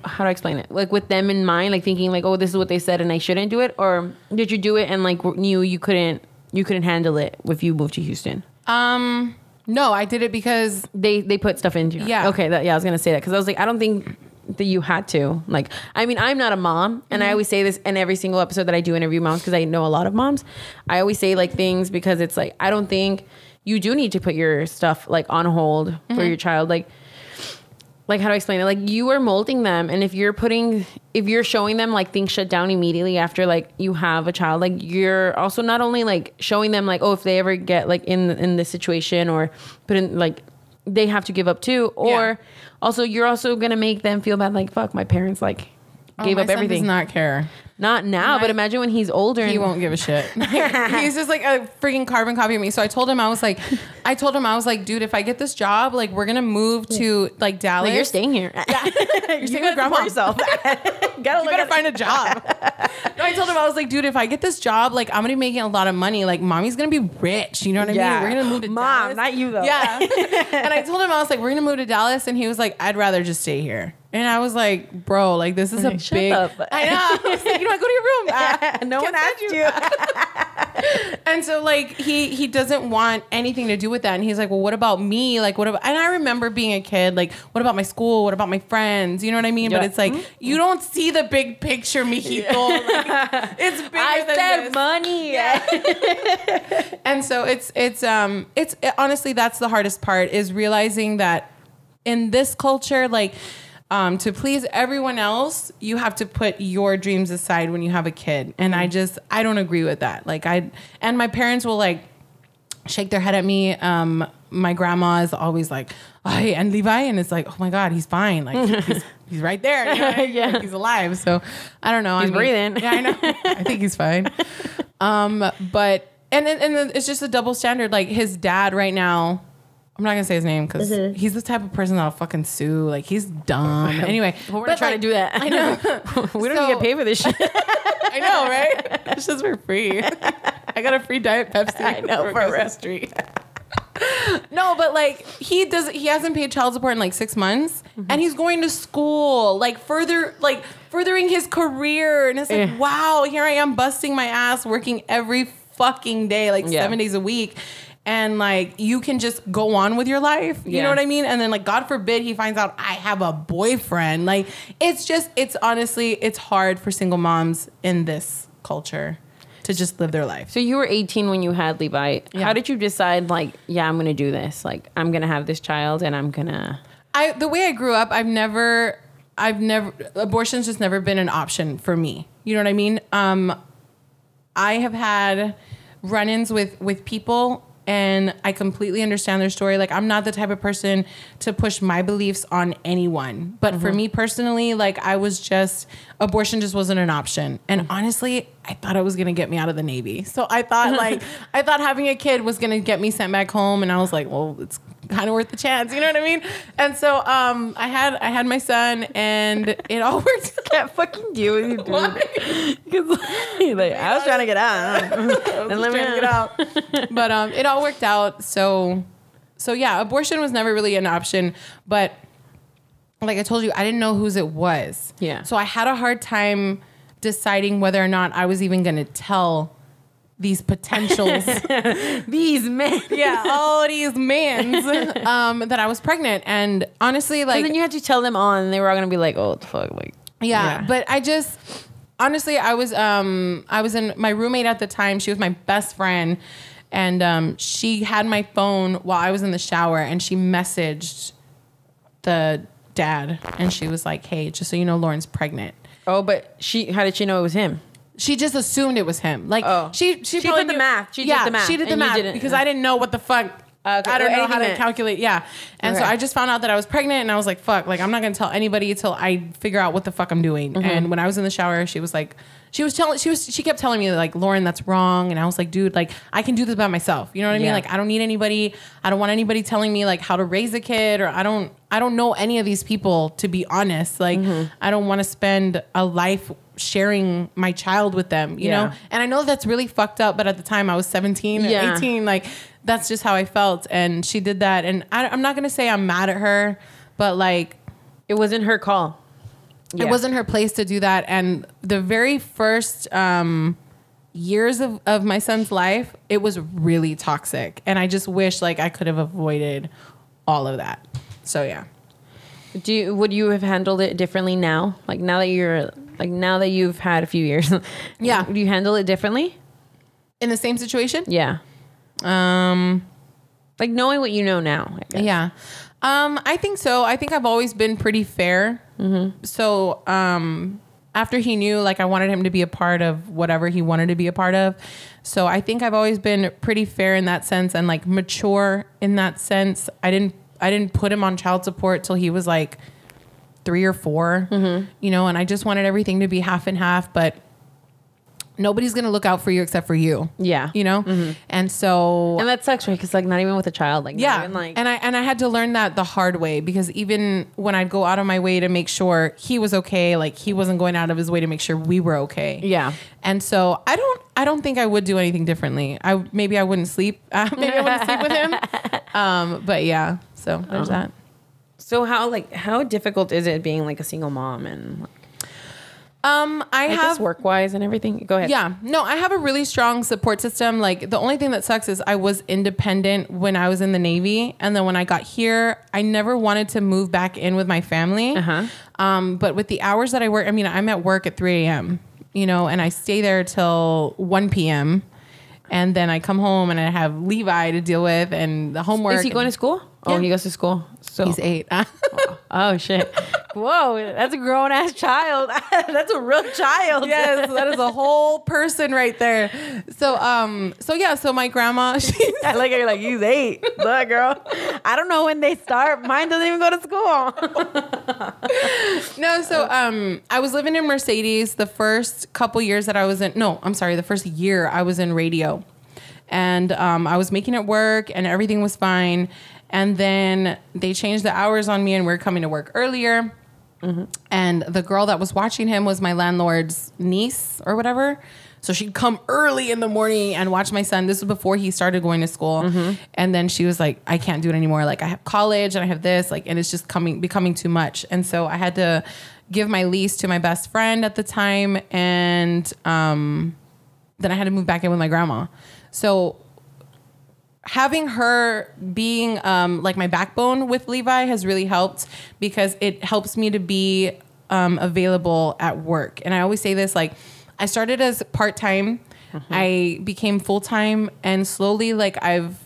[SPEAKER 1] how do I explain it? Like with them in mind, like thinking like, oh, this is what they said, and I shouldn't do it, or did you do it and like knew you couldn't, you couldn't handle it if you moved to Houston?
[SPEAKER 3] Um, no, I did it because
[SPEAKER 1] They they put stuff into you.
[SPEAKER 3] Yeah.
[SPEAKER 1] Okay. That, yeah, I was gonna say that because I was like, I don't think that you had to. Like, I mean, I'm not a mom, and I always say this in every single episode that I do interview moms because I know a lot of moms. I always say like things because it's like I don't think you do need to put your stuff like on hold for your child. Like, like how do I explain it? Like you are molding them, and if you're putting, if you're showing them like things shut down immediately after like you have a child, like you're also not only like showing them like oh if they ever get like in in this situation or put in like they have to give up too, or also you're also gonna make them feel bad like fuck my parents like
[SPEAKER 3] oh,
[SPEAKER 1] gave
[SPEAKER 3] my
[SPEAKER 1] up
[SPEAKER 3] son
[SPEAKER 1] everything.
[SPEAKER 3] Does
[SPEAKER 1] Not,
[SPEAKER 3] not care.
[SPEAKER 1] now,
[SPEAKER 3] my-
[SPEAKER 1] but imagine when he's older.
[SPEAKER 3] He
[SPEAKER 1] and-
[SPEAKER 3] won't give a
[SPEAKER 1] [laughs]
[SPEAKER 3] shit. [laughs] He's just like a freaking carbon copy of me. So I told him I was like, I told him I was like, dude, if I get this job, like we're gonna move to like Dallas.
[SPEAKER 1] Like, you're staying here. [laughs]
[SPEAKER 3] You're
[SPEAKER 1] you
[SPEAKER 3] staying
[SPEAKER 1] gotta
[SPEAKER 3] with
[SPEAKER 1] support
[SPEAKER 3] grandma. [laughs]
[SPEAKER 1] yourself. gotta
[SPEAKER 3] You better find
[SPEAKER 1] [laughs]
[SPEAKER 3] a job. no, I told him I was like, dude, if I get this job, like I'm gonna be making a lot of money. Like mommy's gonna be rich. You know what I
[SPEAKER 1] Yeah.
[SPEAKER 3] mean? We're gonna move to
[SPEAKER 1] Mom,
[SPEAKER 3] Dallas.
[SPEAKER 1] not you, though. [laughs]
[SPEAKER 3] Yeah. [laughs] and I told him I was like, we're gonna move to Dallas, and he was like, I'd rather just stay here. And I was like, bro, like this is a
[SPEAKER 1] Shut
[SPEAKER 3] big.
[SPEAKER 1] up.
[SPEAKER 3] I know. I was like, you know, what? go to
[SPEAKER 1] [laughs]
[SPEAKER 3] your room. Ah.
[SPEAKER 1] no one asked you.
[SPEAKER 3] [laughs] And so like he he doesn't want anything to do with that. And he's like, well, what about me? Like, what about? And I remember being a kid, like, what about my school? What about my friends? You know what I mean? But
[SPEAKER 1] Yeah. Mm-hmm.
[SPEAKER 3] it's like you don't see the big picture,
[SPEAKER 1] [laughs]
[SPEAKER 3] mijito. Like, it's bigger
[SPEAKER 1] I
[SPEAKER 3] than
[SPEAKER 1] said
[SPEAKER 3] this.
[SPEAKER 1] money.
[SPEAKER 3] And so it's it's um it's it- honestly that's the hardest part is realizing that in this culture like um, to please everyone else, you have to put your dreams aside when you have a kid. And
[SPEAKER 1] Mm-hmm.
[SPEAKER 3] I just I don't agree with that. Like I and my parents will like shake their head at me. Um, my grandma is always like, "Ay," and Levi, and it's like, oh my god, he's fine.
[SPEAKER 1] [laughs]
[SPEAKER 3] Like he's, he's right there. You know what I mean?
[SPEAKER 1] Yeah.
[SPEAKER 3] Like, he's alive. So I don't know.
[SPEAKER 1] He's
[SPEAKER 3] I mean-
[SPEAKER 1] breathing.
[SPEAKER 3] Yeah, I know. I think
[SPEAKER 1] [laughs]
[SPEAKER 3] he's fine. Um, but and and, and then it's just a double standard. Like his dad right now. I'm not gonna say his name because
[SPEAKER 1] Mm-hmm.
[SPEAKER 3] he's the type of person that'll fucking sue. Like he's dumb.
[SPEAKER 1] [laughs]
[SPEAKER 3] Anyway,
[SPEAKER 1] We're
[SPEAKER 3] but,
[SPEAKER 1] not trying
[SPEAKER 3] like,
[SPEAKER 1] to do that.
[SPEAKER 3] [laughs] I know.
[SPEAKER 1] We don't
[SPEAKER 3] So-
[SPEAKER 1] even get paid for this shit. [laughs]
[SPEAKER 3] I know, right? It's just for free. I got a free diet Pepsi. I
[SPEAKER 1] know, for real.
[SPEAKER 3] street. no, but like he does he hasn't paid child support in like six months and he's going to school, like further like furthering his career. And it's like,
[SPEAKER 1] Yeah.
[SPEAKER 3] wow, here I am busting my ass working every fucking day, like
[SPEAKER 1] Yeah.
[SPEAKER 3] seven days a week. And like you can just go on with your life. You
[SPEAKER 1] Yeah.
[SPEAKER 3] know what I mean? And then like God forbid he finds out I have a boyfriend. Like it's just it's honestly it's hard for single moms in this culture to just live their life.
[SPEAKER 1] So you were 18 when you had Levi. How
[SPEAKER 3] Yeah.
[SPEAKER 1] did you decide like, yeah, I'm going to do this. Like, I'm going to have this child and I'm going to
[SPEAKER 3] I the way I grew up, I've never I've never abortion's just never been an option for me. You know what I mean? Um I have had run-ins with with people and I completely understand their story. Like I'm not the type of person to push my beliefs on anyone. But for me personally, like I was just abortion just wasn't an option. And honestly, I thought it was going to get me out of the navy. So I thought like I thought having a kid was going to get me sent back home and I was like, well, it's kind of worth the chance, you know what I mean? And so um I had I had my son and it all [laughs] worked out.
[SPEAKER 1] [laughs] can't fucking deal with you, dude. [laughs] Cause, like, [laughs] I was trying to get out. and let me get
[SPEAKER 3] trying to get
[SPEAKER 1] out.
[SPEAKER 3] out.
[SPEAKER 1] [laughs]
[SPEAKER 3] But um, it all worked out. So, so yeah, abortion was never really an option. But like I told you, I didn't know whose it was.
[SPEAKER 1] Yeah.
[SPEAKER 3] So I had a hard time deciding whether or not I was even going to tell these potentials
[SPEAKER 1] [laughs] These men.
[SPEAKER 3] yeah all these mans [laughs] um that i was pregnant and honestly like
[SPEAKER 1] And then you had to tell them on and they were all going to be like, oh, what the fuck. Like,
[SPEAKER 3] Yeah,
[SPEAKER 1] Yeah.
[SPEAKER 3] but I just honestly, I was um I was in my roommate at the time. She was my best friend, and um she had my phone while I was in the shower, and she messaged the dad, and she was like, "Hey, just so you know, Lauren's pregnant."
[SPEAKER 1] oh, but she, how did she know it was him?
[SPEAKER 3] She just assumed it was him. Like
[SPEAKER 1] Oh.
[SPEAKER 3] she
[SPEAKER 1] She
[SPEAKER 3] she, probably
[SPEAKER 1] did the
[SPEAKER 3] knew-
[SPEAKER 1] math. She did
[SPEAKER 3] yeah,
[SPEAKER 1] the math,
[SPEAKER 3] She did the
[SPEAKER 1] and you
[SPEAKER 3] math
[SPEAKER 1] didn't-
[SPEAKER 3] because I didn't know what the fuck
[SPEAKER 1] Okay.
[SPEAKER 3] I don't
[SPEAKER 1] Or
[SPEAKER 3] know how
[SPEAKER 1] anything
[SPEAKER 3] to
[SPEAKER 1] that-
[SPEAKER 3] calculate. Yeah. And so
[SPEAKER 1] Okay.
[SPEAKER 3] I just found out that I was pregnant and I was like, fuck, like I'm not gonna tell anybody till I figure out what the fuck I'm doing.
[SPEAKER 1] Mm-hmm.
[SPEAKER 3] And when I was in the shower, she was like, she was telling, she was, she kept telling me like, Lauren, that's wrong. And I was like, dude, like I can do this by myself. You know what I mean?
[SPEAKER 1] Yeah.
[SPEAKER 3] Like I don't need anybody. I don't want anybody telling me like how to raise a kid or I don't, I don't know any of these people to be honest. Like
[SPEAKER 1] Mm-hmm.
[SPEAKER 3] I don't want to spend a life sharing my child with them, you
[SPEAKER 1] Yeah.
[SPEAKER 3] know? And I know that's really fucked up, but at the time I was 17 or
[SPEAKER 1] Yeah.
[SPEAKER 3] 18 like that's just how I felt. And she did that. And I, I'm not gonna say I'm mad at her, but like
[SPEAKER 1] It wasn't her call. Yeah.
[SPEAKER 3] it wasn't her place to do that. And the very first um, years of, of my son's life, it was really toxic. And I just wish like I could have avoided all of that. So yeah.
[SPEAKER 1] Do you, would you have handled it differently now? Like now that you're like now that you've had a few years. [laughs]
[SPEAKER 3] Yeah.
[SPEAKER 1] Would you handle it differently?
[SPEAKER 3] In the same situation?
[SPEAKER 1] Yeah.
[SPEAKER 3] Um
[SPEAKER 1] Like knowing what you know now. I guess.
[SPEAKER 3] Yeah. Um, I think so. I think I've always been pretty fair. So um, after he knew, like, I wanted him to be a part of whatever he wanted to be a part of. So I think I've always been pretty fair in that sense and like mature in that sense. I didn't I didn't put him on child support till he was like three or 4 you know, and I just wanted everything to be half and half, but nobody's gonna look out for you except for you.
[SPEAKER 1] Yeah.
[SPEAKER 3] You know? And so
[SPEAKER 1] And that sucks, right? Because like not even with a child. Like not
[SPEAKER 3] yeah,
[SPEAKER 1] even, like
[SPEAKER 3] and I and I had to learn that the hard way because even when I'd go out of my way to make sure he was okay, like he wasn't going out of his way to make sure we were okay.
[SPEAKER 1] Yeah.
[SPEAKER 3] and so I don't I don't think I would do anything differently. I maybe I wouldn't sleep. [laughs] Uh, maybe I wouldn't sleep with him.
[SPEAKER 1] [laughs]
[SPEAKER 3] Um, but yeah, so there's
[SPEAKER 1] Oh.
[SPEAKER 3] that.
[SPEAKER 1] so how like how difficult is it being like a single mom and like,
[SPEAKER 3] Um, I
[SPEAKER 1] I
[SPEAKER 3] have
[SPEAKER 1] guess work wise and everything? Go ahead.
[SPEAKER 3] Yeah. No, I have a really strong support system. Like the only thing that sucks is I was independent when I was in the Navy, and then when I got here, I never wanted to move back in with my family.
[SPEAKER 1] Uh-huh.
[SPEAKER 3] Um, but with the hours that I work, I mean, I'm at work at 3 a.m. You know, and I stay there till 1 p.m. And then I come home and I have Levi to deal with and the homework.
[SPEAKER 1] Is he going to school? Oh,
[SPEAKER 3] Yeah.
[SPEAKER 1] he goes to school. So
[SPEAKER 3] He's eight.
[SPEAKER 1] [laughs]
[SPEAKER 3] [laughs]
[SPEAKER 1] Oh shit. Whoa, that's a grown ass child. [laughs] that's a real child.
[SPEAKER 3] yes, that is a whole person right there. So, um, so yeah, so my grandma, [laughs] she's
[SPEAKER 1] I like how you're like, he's eight. Look, girl. I don't know when they start. Mine doesn't even go to
[SPEAKER 3] [laughs]
[SPEAKER 1] school.
[SPEAKER 3] No, so um, I was living in Mercedes the first couple years that I was in. No, I'm sorry, the first year I was in radio, and um, I was making it work, and everything was fine. And then they changed the hours on me, and we are coming to work earlier. And the girl that was watching him was my landlord's niece or whatever. So she'd come early in the morning and watch my son. This was before he started going to school. And then she was like, I can't do it anymore. Like I have college and I have this, like, and it's just coming becoming too much. And so I had to give my lease to my best friend at the time and um then I had to move back in with my grandma. So having her being um, like my backbone with Levi has really helped because it helps me to be um, available at work. And I always say this like, I started as part time,
[SPEAKER 1] Mm-hmm.
[SPEAKER 3] I became full time, and slowly, like, I've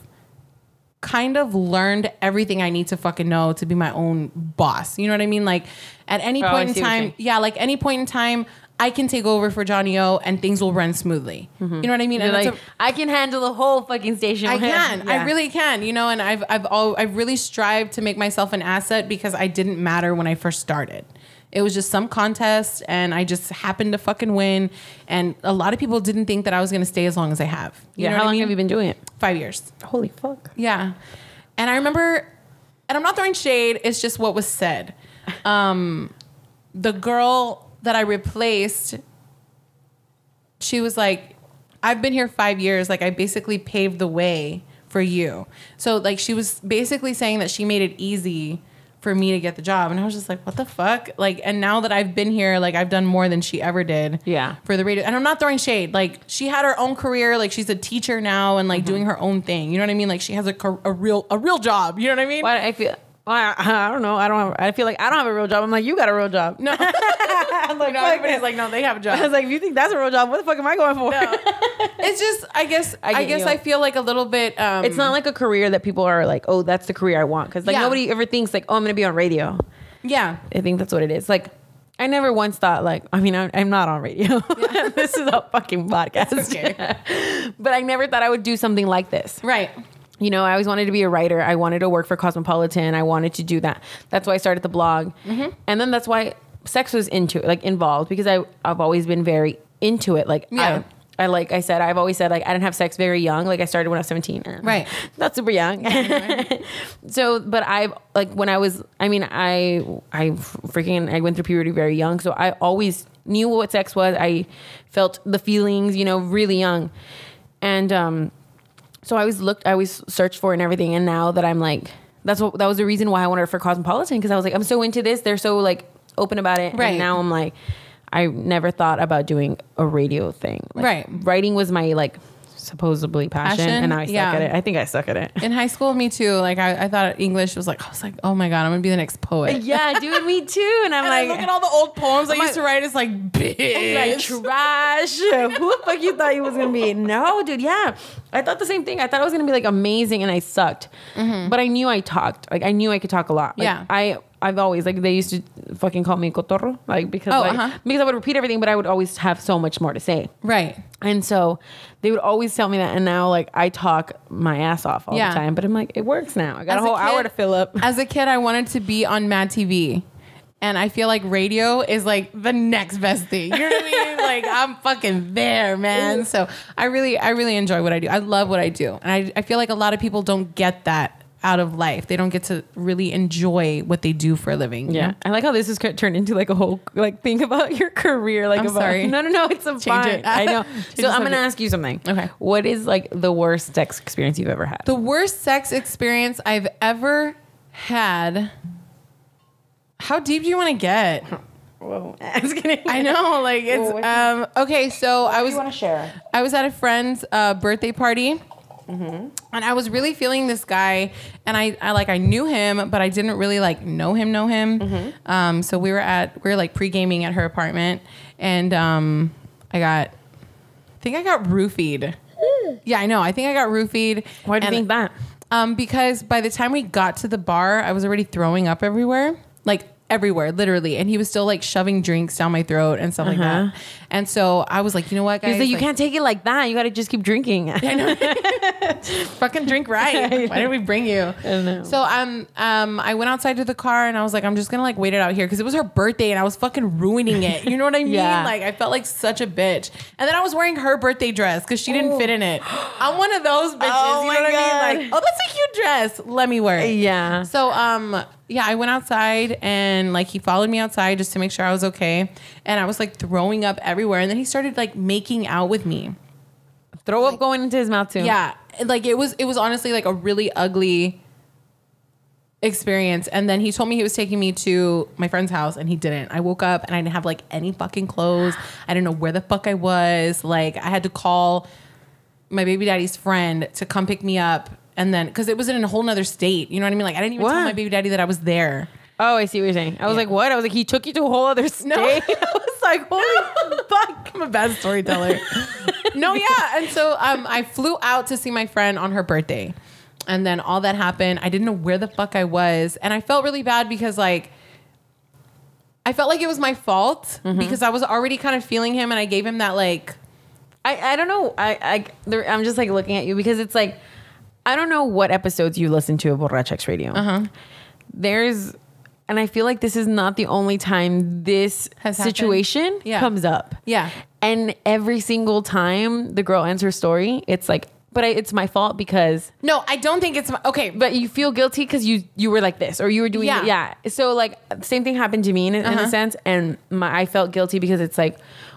[SPEAKER 3] kind of learned everything I need to fucking know to be my own boss. You know what I mean? Like, at any
[SPEAKER 1] Oh, I
[SPEAKER 3] point in
[SPEAKER 1] see what you're saying.
[SPEAKER 3] time, yeah, like any point in time, I can take over for Johnny O and things will run smoothly. You know what I mean? And that's
[SPEAKER 1] Mm-hmm. like,
[SPEAKER 3] a-
[SPEAKER 1] I can handle the whole fucking station.
[SPEAKER 3] I can.
[SPEAKER 1] Yeah.
[SPEAKER 3] I really can. You know, and I've I've all I've really strived to make myself an asset because I didn't matter when I first started. It was just some contest and I just happened to fucking win. And a lot of people didn't think that I was gonna stay as long as I have. You
[SPEAKER 1] Yeah.
[SPEAKER 3] know
[SPEAKER 1] How
[SPEAKER 3] what
[SPEAKER 1] long
[SPEAKER 3] I mean?
[SPEAKER 1] have you been doing it?
[SPEAKER 3] Five years.
[SPEAKER 1] Holy fuck.
[SPEAKER 3] Yeah. And I remember, and I'm not throwing shade, it's just what was said. Um, the girl that I replaced, she was like, I've been here five years. Like, I basically paved the way for you. So, like, she was basically saying that she made it easy for me to get the job. And I was just like, what the fuck? Like, and now that I've been here, like, I've done more than she ever did
[SPEAKER 1] Yeah.
[SPEAKER 3] for the radio. And I'm not throwing shade. Like she had her own career. Like she's a teacher now and like doing her own thing. You know what I mean? Like she has a, car- a real a real job. You know what I mean?
[SPEAKER 1] Why do I feel why [laughs] I, I don't know. I don't have, I feel like I don't have a real job. I'm like, you got a real job. [laughs]
[SPEAKER 3] No. I'm [laughs] like, no, everybody's like, no, they [laughs] have a
[SPEAKER 1] I was
[SPEAKER 3] job.
[SPEAKER 1] like, if you think that's a real job, what the fuck am I going for?
[SPEAKER 3] it's just, I guess, I,
[SPEAKER 1] get
[SPEAKER 3] guess
[SPEAKER 1] you.
[SPEAKER 3] I feel like a little bit.
[SPEAKER 1] [laughs]
[SPEAKER 3] Um,
[SPEAKER 1] It's not like a career that people are like, oh, that's the career I want. Because like
[SPEAKER 3] Yeah.
[SPEAKER 1] nobody ever thinks like, oh, I'm gonna be on radio.
[SPEAKER 3] yeah,
[SPEAKER 1] I think that's what it is. Like, I never once thought like, I mean, I'm, I'm not on radio. [laughs] this is a fucking podcast.
[SPEAKER 3] okay.
[SPEAKER 1] [laughs] but I never thought I would do something like this.
[SPEAKER 3] right.
[SPEAKER 1] you know, I always wanted to be a writer. I wanted to work for Cosmopolitan. I wanted to do that. That's why I started the blog.
[SPEAKER 3] Mm-hmm.
[SPEAKER 1] And then that's why sex was into like involved because I I've always been very into it. Like
[SPEAKER 3] Yeah.
[SPEAKER 1] I, I like I said I've always said like I didn't have sex very young. Like I started when I was 17. Eh,
[SPEAKER 3] Right.
[SPEAKER 1] [laughs] Not super young. [laughs] so, but I've like when I was I mean, I I freaking I went through puberty very young, so I always knew what sex was. I felt the feelings, you know, really young. And um so I always looked, I always searched for it and everything. And now that I'm like, that's what that was the reason why I wanted for Cosmopolitan because I was like, I'm so into this. They're so like open about it.
[SPEAKER 3] Right.
[SPEAKER 1] And now I'm like, I never thought about doing a radio thing. Like,
[SPEAKER 3] Right.
[SPEAKER 1] Writing was my like supposedly passion,
[SPEAKER 3] Passion?
[SPEAKER 1] and now I suck
[SPEAKER 3] Yeah.
[SPEAKER 1] at it. I think I suck at it.
[SPEAKER 3] In high school, me too. Like I, I thought English was like I was like, oh my god, I'm gonna be the next poet.
[SPEAKER 1] yeah, dude, me too. And I'm
[SPEAKER 3] And I
[SPEAKER 1] like,
[SPEAKER 3] look at all the old poems I
[SPEAKER 1] my-
[SPEAKER 3] used to write. [laughs] It's like,
[SPEAKER 1] like [laughs]
[SPEAKER 3] bitch.
[SPEAKER 1] trash. Who the fuck you thought you was gonna be? No, dude. Yeah, I thought the same thing. I thought I was gonna be like amazing, and I sucked. But I knew I talked. Like I knew I could talk a lot. Like,
[SPEAKER 3] Mm-hmm. Yeah.
[SPEAKER 1] I I've always like they used to fucking call me cotorro, like because
[SPEAKER 3] Oh,
[SPEAKER 1] like,
[SPEAKER 3] uh-huh.
[SPEAKER 1] because I would repeat everything, but I would always have so much more to say.
[SPEAKER 3] Right.
[SPEAKER 1] And so they would always tell me that, and now like I talk my ass off all
[SPEAKER 3] Yeah.
[SPEAKER 1] the time. But I'm like, it works now. I got
[SPEAKER 3] As
[SPEAKER 1] a
[SPEAKER 3] a
[SPEAKER 1] whole hour
[SPEAKER 3] kid-
[SPEAKER 1] to fill up.
[SPEAKER 3] As a kid, I wanted to be on Mad TV. And I feel like radio is like the next best thing. You know what I mean? Like I'm fucking there, man. So I really, I really enjoy what I do. I love what I do. And I, I feel like a lot of people don't get that out of life. They don't get to really enjoy what they do for a living. you
[SPEAKER 1] Yeah,
[SPEAKER 3] know?
[SPEAKER 1] I like how this is co- turned into like a whole like thing about [laughs] your career. Like,
[SPEAKER 3] I'm
[SPEAKER 1] about, [laughs]
[SPEAKER 3] sorry.
[SPEAKER 1] no, no, no, it's a fine.
[SPEAKER 3] it.
[SPEAKER 1] I know.
[SPEAKER 3] [laughs] Change
[SPEAKER 1] so
[SPEAKER 3] the
[SPEAKER 1] I'm gonna
[SPEAKER 3] subject.
[SPEAKER 1] ask you something.
[SPEAKER 3] Okay.
[SPEAKER 1] what is like the worst sex experience you've ever had?
[SPEAKER 3] [laughs] The worst sex experience I've ever had. How deep do you want to get?
[SPEAKER 1] Whoa, I was kidding.
[SPEAKER 3] I know, like it's
[SPEAKER 1] what's-
[SPEAKER 3] um okay. So I was
[SPEAKER 1] share?
[SPEAKER 3] I was at a friend's uh, birthday party. And I was really feeling this guy, and I, I like I knew him, but I didn't really like know him, know him. Um, so we were at we were like pre gaming at her apartment, and um, I got, I think I got roofied. Yeah, I know. I think I got roofied.
[SPEAKER 1] Why do you
[SPEAKER 3] and-
[SPEAKER 1] think that?
[SPEAKER 3] um, because by the time we got to the bar, I was already throwing up everywhere, like everywhere, literally. And he was still like shoving drinks down my throat and stuff
[SPEAKER 1] Uh-huh.
[SPEAKER 3] like that. And so I was like, you know what, guys,
[SPEAKER 1] Because you
[SPEAKER 3] Like,
[SPEAKER 1] can't take it like that. You got to just keep
[SPEAKER 3] [laughs]
[SPEAKER 1] drinking.
[SPEAKER 3] fucking
[SPEAKER 1] [laughs]
[SPEAKER 3] drink right. Why did we bring you? So um um I went outside to the car and I was like, I'm just gonna like wait it out here because it was her birthday and I was fucking ruining it. You know what I mean?
[SPEAKER 1] Yeah.
[SPEAKER 3] Like I felt like such a bitch. And then I was wearing her birthday dress because she didn't fit in it. I'm one of those bitches.
[SPEAKER 1] Oh
[SPEAKER 3] you know
[SPEAKER 1] my
[SPEAKER 3] what I
[SPEAKER 1] God.
[SPEAKER 3] mean? Like, oh, that's a cute dress. Let me wear it.
[SPEAKER 1] Yeah.
[SPEAKER 3] So um yeah, I went outside and like he followed me outside just to make sure I was okay. And I was like throwing up everywhere. And then he started like making out with me.
[SPEAKER 1] Throw up going into his mouth too.
[SPEAKER 3] Yeah, like it was. It was honestly like a really ugly experience. And then he told me he was taking me to my friend's house, and he didn't. I woke up and I didn't have like any fucking clothes. I didn't know where the fuck I was. Like I had to call my baby daddy's friend to come pick me up, and then because it was in a whole nother state. You know what I mean? Like I didn't even
[SPEAKER 1] What?
[SPEAKER 3] tell my baby daddy that I was there.
[SPEAKER 1] Oh, I see what you're saying. I was like, what? I was like, he took you to a
[SPEAKER 3] [laughs]
[SPEAKER 1] whole other state. I was like, [laughs] holy fuck.
[SPEAKER 3] I'm a bad storyteller. no, yeah. And so um, I flew out to see my friend on her birthday. And then all that happened. I didn't know where the fuck I was. And I felt really bad because, like, I felt like it was my fault
[SPEAKER 1] Mm-hmm.
[SPEAKER 3] because I was already kind of feeling him and I gave him that, like,
[SPEAKER 1] I, I don't know. I, I there, I'm just like looking at you because it's like I don't know what episodes you listen to of Borrachex Radio.
[SPEAKER 3] Uh-huh.
[SPEAKER 1] There's and I feel like this is not the only time this
[SPEAKER 3] Has happened?
[SPEAKER 1] situation
[SPEAKER 3] Yeah.
[SPEAKER 1] comes up.
[SPEAKER 3] Yeah.
[SPEAKER 1] And every single time the girl ends her story, it's like, but I, it's my fault because.
[SPEAKER 3] no, I don't think it's my, okay. But
[SPEAKER 1] But you feel guilty because you you were like this or you were doing
[SPEAKER 3] Yeah. Uh-huh.
[SPEAKER 1] yeah. So like same thing happened to me in, in a sense, and my I felt guilty because it's like,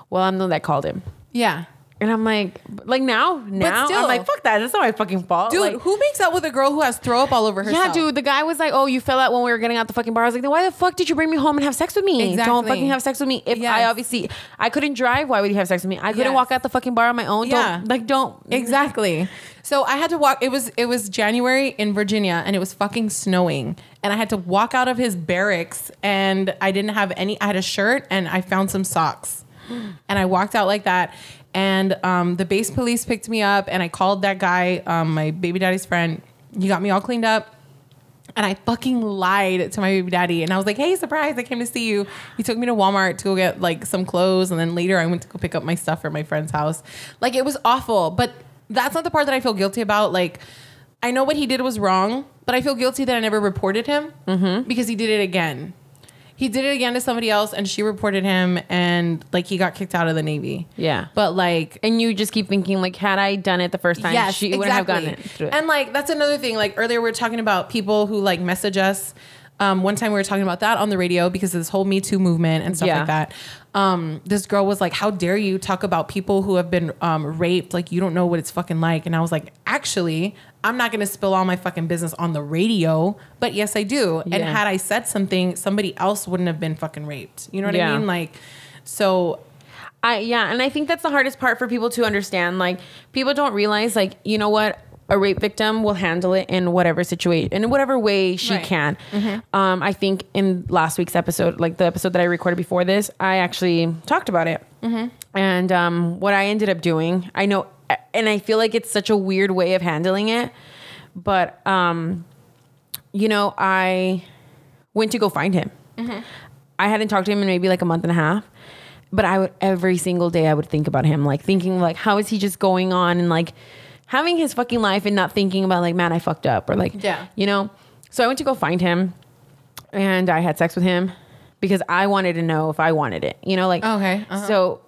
[SPEAKER 1] well I'm the one that called him.
[SPEAKER 3] yeah.
[SPEAKER 1] And I'm like, like now, now
[SPEAKER 3] still.
[SPEAKER 1] I'm like, fuck that. That's not my fucking fault,
[SPEAKER 3] Dude,
[SPEAKER 1] Like,
[SPEAKER 3] who makes out with a girl who has throw up all over herself?
[SPEAKER 1] yeah, dude. The guy was like, oh, you fell out when we were getting out the fucking bar. I was like, then why the fuck did you bring me home and have sex with me? Don't
[SPEAKER 3] Exactly.
[SPEAKER 1] fucking have sex with me. If I
[SPEAKER 3] Yes.
[SPEAKER 1] obviously I couldn't drive, why would you have sex with me? I couldn't
[SPEAKER 3] Yes.
[SPEAKER 1] walk out the fucking bar on my own.
[SPEAKER 3] Yeah.
[SPEAKER 1] Don't, like don't.
[SPEAKER 3] Exactly. So I had to walk. It was it was January in Virginia, and it was fucking snowing. And I had to walk out of his barracks, and I didn't have any. I had a shirt, and I found some socks, [gasps] and I walked out like that. And um, the base police picked me up, and I called that guy, um, my baby daddy's friend. He got me all cleaned up. And I fucking lied to my baby daddy. And I was like, hey, surprise, I came to see you. He took me to Walmart to go get like some clothes. And then later I went to go pick up my stuff at my friend's house. Like it was awful. But that's not the part that I feel guilty about. Like I know what he did was wrong, but I feel guilty that I never reported him because he did it again. He did it again to somebody else, and she reported him, and like he got kicked out of the navy.
[SPEAKER 1] Yeah.
[SPEAKER 3] but like
[SPEAKER 1] And you just keep thinking, like, had I done it the first time,
[SPEAKER 3] Yes,
[SPEAKER 1] she
[SPEAKER 3] exactly.
[SPEAKER 1] wouldn't have gotten it through it.
[SPEAKER 3] And like that's another thing. Like earlier we were talking about people who like message us. Um, one time we were talking about that on the radio because of this whole Me Too movement and stuff
[SPEAKER 1] Yeah.
[SPEAKER 3] like that. Um, this girl was like, "How dare you talk about people who have been um, raped? Like you don't know what it's fucking like." And I was like, "Actually, I'm not gonna spill all my fucking business on the radio, but yes, I do. And
[SPEAKER 1] Yeah.
[SPEAKER 3] had I said something, somebody else wouldn't have been fucking raped. You know what
[SPEAKER 1] Yeah.
[SPEAKER 3] I mean? Like, so
[SPEAKER 1] I yeah, and I think that's the hardest part for people to understand. Like people don't realize, like you know what, a rape victim will handle it in whatever situation, in whatever way she
[SPEAKER 3] Right.
[SPEAKER 1] can. Um, I think in last week's episode, like the episode that I recorded before this, I actually talked about it. And um, what I ended up doing, I know, and I feel like it's such a weird way of handling it, but um, you know, I went to go find him. I hadn't talked to him in maybe like a month and a half. But I would every single day I would think about him, like thinking like how is he just going on and like having his fucking life and not thinking about like man I fucked up or like
[SPEAKER 3] Yeah.
[SPEAKER 1] you know. So I went to go find him, and I had sex with him because I wanted to know if I wanted it, you know, like
[SPEAKER 3] Okay, uh-huh.
[SPEAKER 1] So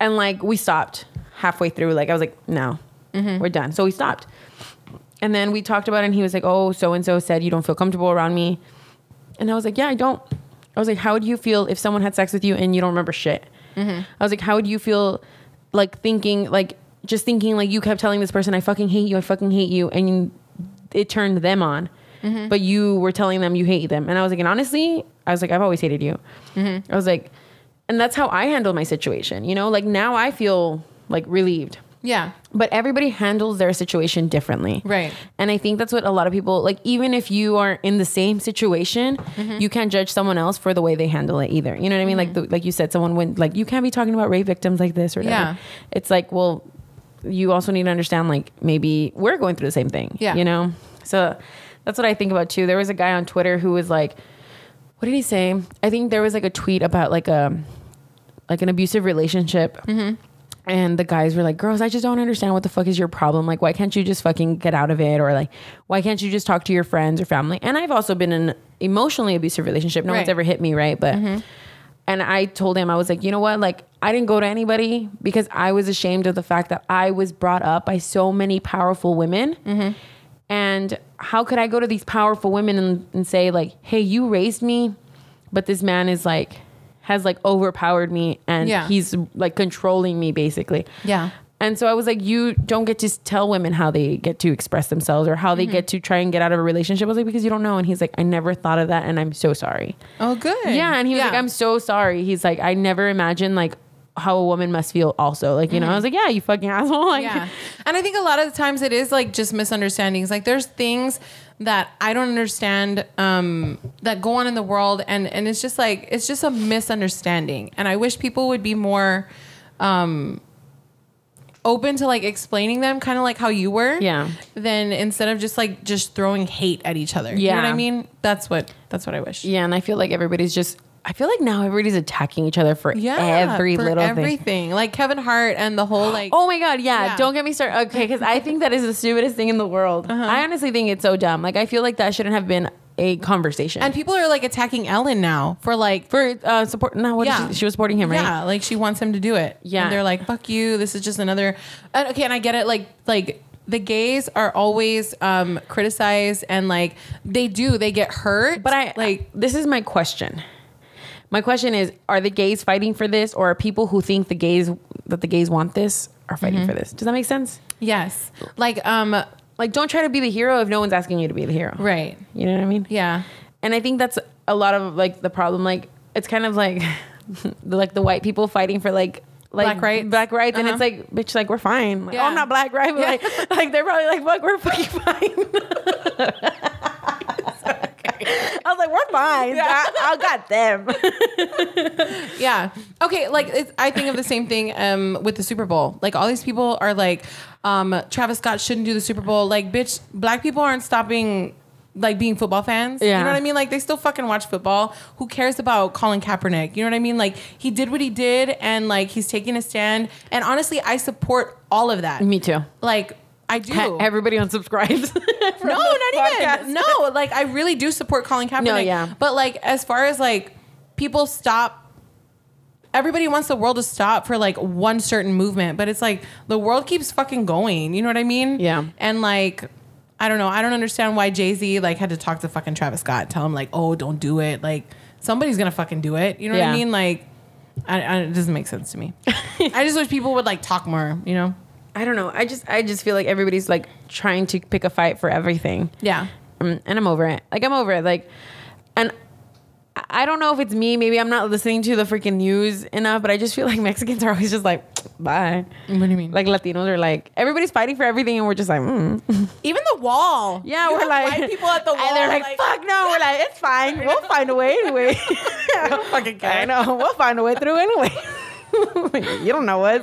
[SPEAKER 1] and like we stopped halfway through, like I was like no,
[SPEAKER 3] Mm-hmm.
[SPEAKER 1] we're done. So we stopped, and then we talked about it, and he was like, oh, so and so said you don't feel comfortable around me. And I was like, yeah, I don't. I was like, how would you feel if someone had sex with you and you don't remember shit? I was like, how would you feel like thinking, like just thinking, like you kept telling this person, I fucking hate you, I fucking hate you, and you, it turned them on, but you were telling them you hate them. And I was like, and honestly, I was like, I've always hated you. I was like, and that's how I handle my situation, you know? Like now I feel like relieved
[SPEAKER 3] yeah,
[SPEAKER 1] but everybody handles their situation differently.
[SPEAKER 3] Right.
[SPEAKER 1] And I think that's what a lot of people like even if you are in the same situation,
[SPEAKER 3] Mm-hmm.
[SPEAKER 1] you can't judge someone else for the way they handle it either. You know what I mean? Like the, like you said someone went like you can't be talking about rape victims like this or whatever.
[SPEAKER 3] Yeah.
[SPEAKER 1] It's like, well, you also need to understand like maybe we're going through the same thing.
[SPEAKER 3] Yeah.
[SPEAKER 1] You know? So that's what I think about too. There was a guy on Twitter who was like what did he say? I think there was like a tweet about like um, a like an abusive relationship. And the guys were like, "Girls, I just don't understand what the fuck is your problem. Like, why can't you just fucking get out of it, or like, why can't you just talk to your friends or family?" And I've also been in an emotionally abusive relationship. No one's
[SPEAKER 3] Right.
[SPEAKER 1] ever hit me, right? But
[SPEAKER 3] Mm-hmm.
[SPEAKER 1] and I told him I was like, you know what? Like, I didn't go to anybody because I was ashamed of the fact that I was brought up by so many powerful women.
[SPEAKER 3] Mm-hmm.
[SPEAKER 1] And how could I go to these powerful women and, and say like, hey, you raised me, but this man is like has like overpowered me and
[SPEAKER 3] Yeah.
[SPEAKER 1] he's like controlling me basically.
[SPEAKER 3] Yeah.
[SPEAKER 1] And so I was like, you don't get to s- tell women how they get to express themselves or how they
[SPEAKER 3] Mm-hmm.
[SPEAKER 1] get to try and get out of a relationship. I was like, because you don't know. And he's like, I never thought of that. And I'm so sorry.
[SPEAKER 3] oh good,
[SPEAKER 1] Yeah, and he was like, "I'm so sorry." He's like, "I never imagined like how a woman must feel." Also, like you know, I was like, "Yeah, you fucking [laughs] asshole."
[SPEAKER 3] [laughs]
[SPEAKER 1] Like,
[SPEAKER 3] Mm-hmm. yeah. And I think a lot of the times it is like just misunderstandings. Like there's things that I don't understand um, that go on in the world, and and it's just like it's just a misunderstanding. And I wish people would be more um, open to like explaining them, kind of like how you were.
[SPEAKER 1] Yeah.
[SPEAKER 3] Then instead of just like just throwing hate at each other. You
[SPEAKER 1] Yeah.
[SPEAKER 3] know what I mean? That's what that's what I wish.
[SPEAKER 1] yeah. And I feel like everybody's just. I feel like now everybody's attacking each other for every
[SPEAKER 3] for
[SPEAKER 1] little thing.
[SPEAKER 3] everything. Like Kevin Hart and the whole like
[SPEAKER 1] [gasps] Oh my god, yeah.
[SPEAKER 3] Yeah.
[SPEAKER 1] Don't get me started. Okay, because I think that is the stupidest thing in the world.
[SPEAKER 3] Uh-huh.
[SPEAKER 1] I honestly think it's so dumb. Like I feel like that shouldn't have been a conversation.
[SPEAKER 3] and people are like attacking Ellen now for like
[SPEAKER 1] for uh, support, no, what is
[SPEAKER 3] Yeah.
[SPEAKER 1] she, she was supporting him, right?
[SPEAKER 3] Yeah, like she wants him to do it.
[SPEAKER 1] Yeah.
[SPEAKER 3] and they're like, "Fuck you! This is just another." And, okay, and I get it. Like, like the gays are always um, criticized, and like they do, they get hurt.
[SPEAKER 1] But I
[SPEAKER 3] like,
[SPEAKER 1] like this is my question. My question is: Are the gays fighting for this, or are people who think the gays that the gays want this are fighting for this? Does that make sense?
[SPEAKER 3] yes, like um,
[SPEAKER 1] Like, don't try to be the hero if no one's asking you to be the hero.
[SPEAKER 3] right,
[SPEAKER 1] You know what I mean?
[SPEAKER 3] yeah,
[SPEAKER 1] And I think that's a lot of like the problem. Like, it's kind of like [laughs] like the white people fighting for like. Like
[SPEAKER 3] Black rights.
[SPEAKER 1] black rights, and
[SPEAKER 3] Uh-huh.
[SPEAKER 1] it's like, bitch, like we're fine. Like,
[SPEAKER 3] Yeah.
[SPEAKER 1] oh, I'm not black, right? But
[SPEAKER 3] Yeah.
[SPEAKER 1] like, [laughs] like they're probably like, fuck, we're fucking fine. [laughs] I was like, we're fine. I, I got
[SPEAKER 3] [laughs]
[SPEAKER 1] them.
[SPEAKER 3] yeah. Okay, like it's, I think of the same thing um with the Super Bowl. Like all these people are like, um, Travis Scott shouldn't do the Super Bowl. Like, bitch, black people aren't stopping. Like being football fans, you
[SPEAKER 1] Yeah.
[SPEAKER 3] know what I mean. Like they still fucking watch football. Who cares about Colin Kaepernick? You know what I mean. Like he did what he did, and like he's taking a stand. And honestly, I support all of that.
[SPEAKER 1] Me too.
[SPEAKER 3] Like I do.
[SPEAKER 1] Ha- Everybody unsubscribes. [laughs] from
[SPEAKER 3] no,
[SPEAKER 1] the
[SPEAKER 3] not
[SPEAKER 1] podcast.
[SPEAKER 3] even. No, like I really do support Colin Kaepernick.
[SPEAKER 1] No, yeah.
[SPEAKER 3] But like as far as like people stop everybody wants the world to stop for like one certain movement, but it's like the world keeps fucking going. You know what I mean?
[SPEAKER 1] Yeah.
[SPEAKER 3] And like I don't know. I don't understand why Jay Z like had to talk to fucking Travis Scott, tell him like, oh, don't do it. Like somebody's gonna fucking do it. You know what
[SPEAKER 1] Yeah.
[SPEAKER 3] I mean? Like, I, I, it doesn't make sense
[SPEAKER 1] [laughs]
[SPEAKER 3] to me. I just wish people would like talk more. You know?
[SPEAKER 1] I don't know. I just I just feel like everybody's like trying to pick a fight for everything.
[SPEAKER 3] Yeah.
[SPEAKER 1] Mm, and I'm over it. Like I'm over it. Like, and I- I don't know if it's me. Maybe I'm not listening to the freaking news enough. But I just feel like [laughs] Mexicans are always just like, bye.
[SPEAKER 3] What do you mean?
[SPEAKER 1] Like Latinos are like everybody's fighting for everything, and we're just like, mm. [laughs]
[SPEAKER 3] Even the wall.
[SPEAKER 1] yeah,
[SPEAKER 3] You
[SPEAKER 1] we're
[SPEAKER 3] have
[SPEAKER 1] like
[SPEAKER 3] white people at the wall.
[SPEAKER 1] [laughs] and they're like, fuck no. We're like, it's fine.
[SPEAKER 3] [laughs]
[SPEAKER 1] We'll find a way anyway. [laughs]
[SPEAKER 3] don't fucking care.
[SPEAKER 1] I know. We'll find a way through anyway. [laughs] you don't know what.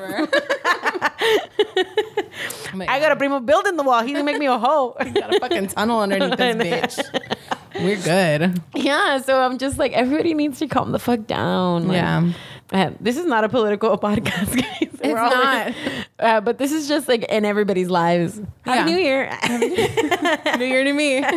[SPEAKER 3] Oh
[SPEAKER 1] I got a primo building the wall. He didn't make me a hoe. [laughs]
[SPEAKER 3] got a fucking tunnel [laughs] underneath this bitch. We're good.
[SPEAKER 1] Yeah, so I'm just like everybody needs to calm the fuck down. Like,
[SPEAKER 3] Yeah.
[SPEAKER 1] uh, this is not a political [laughs] podcast, guys. It's
[SPEAKER 3] not.
[SPEAKER 1] uh, but this is just like in everybody's lives.
[SPEAKER 3] Yeah.
[SPEAKER 1] Happy New Year!
[SPEAKER 3] New year to me.
[SPEAKER 1] [laughs]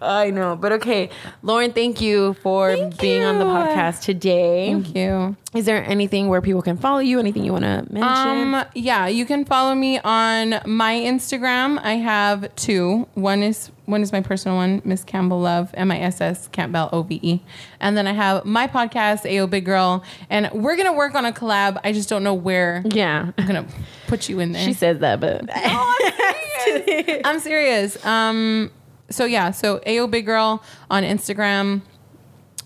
[SPEAKER 1] I know, but okay, Lauren, thank you for being on the
[SPEAKER 3] you.
[SPEAKER 1] podcast today.
[SPEAKER 3] Thank you.
[SPEAKER 1] Is there anything where people can follow you? Anything you want to mention?
[SPEAKER 3] Um, yeah, you can follow me on my Instagram. I have two. One is one is my personal one, Miss Campbell Love, M I S S Campbell O V E, and then I have my podcast, AO Big Girl, and we're gonna work on a collab. I just don't know where.
[SPEAKER 1] yeah, [laughs]
[SPEAKER 3] I'm gonna put you in there.
[SPEAKER 1] she says that, but
[SPEAKER 3] [laughs] I'm serious. Um, so yeah, so AO Big Girl on Instagram.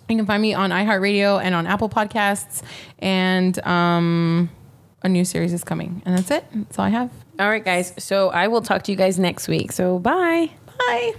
[SPEAKER 3] You can find me on iHeartRadio and on Apple Podcasts. And um, a new series is coming. And that's it. That's all I have.
[SPEAKER 1] all right, guys. So I will talk to you guys next week. So bye.
[SPEAKER 3] Bye.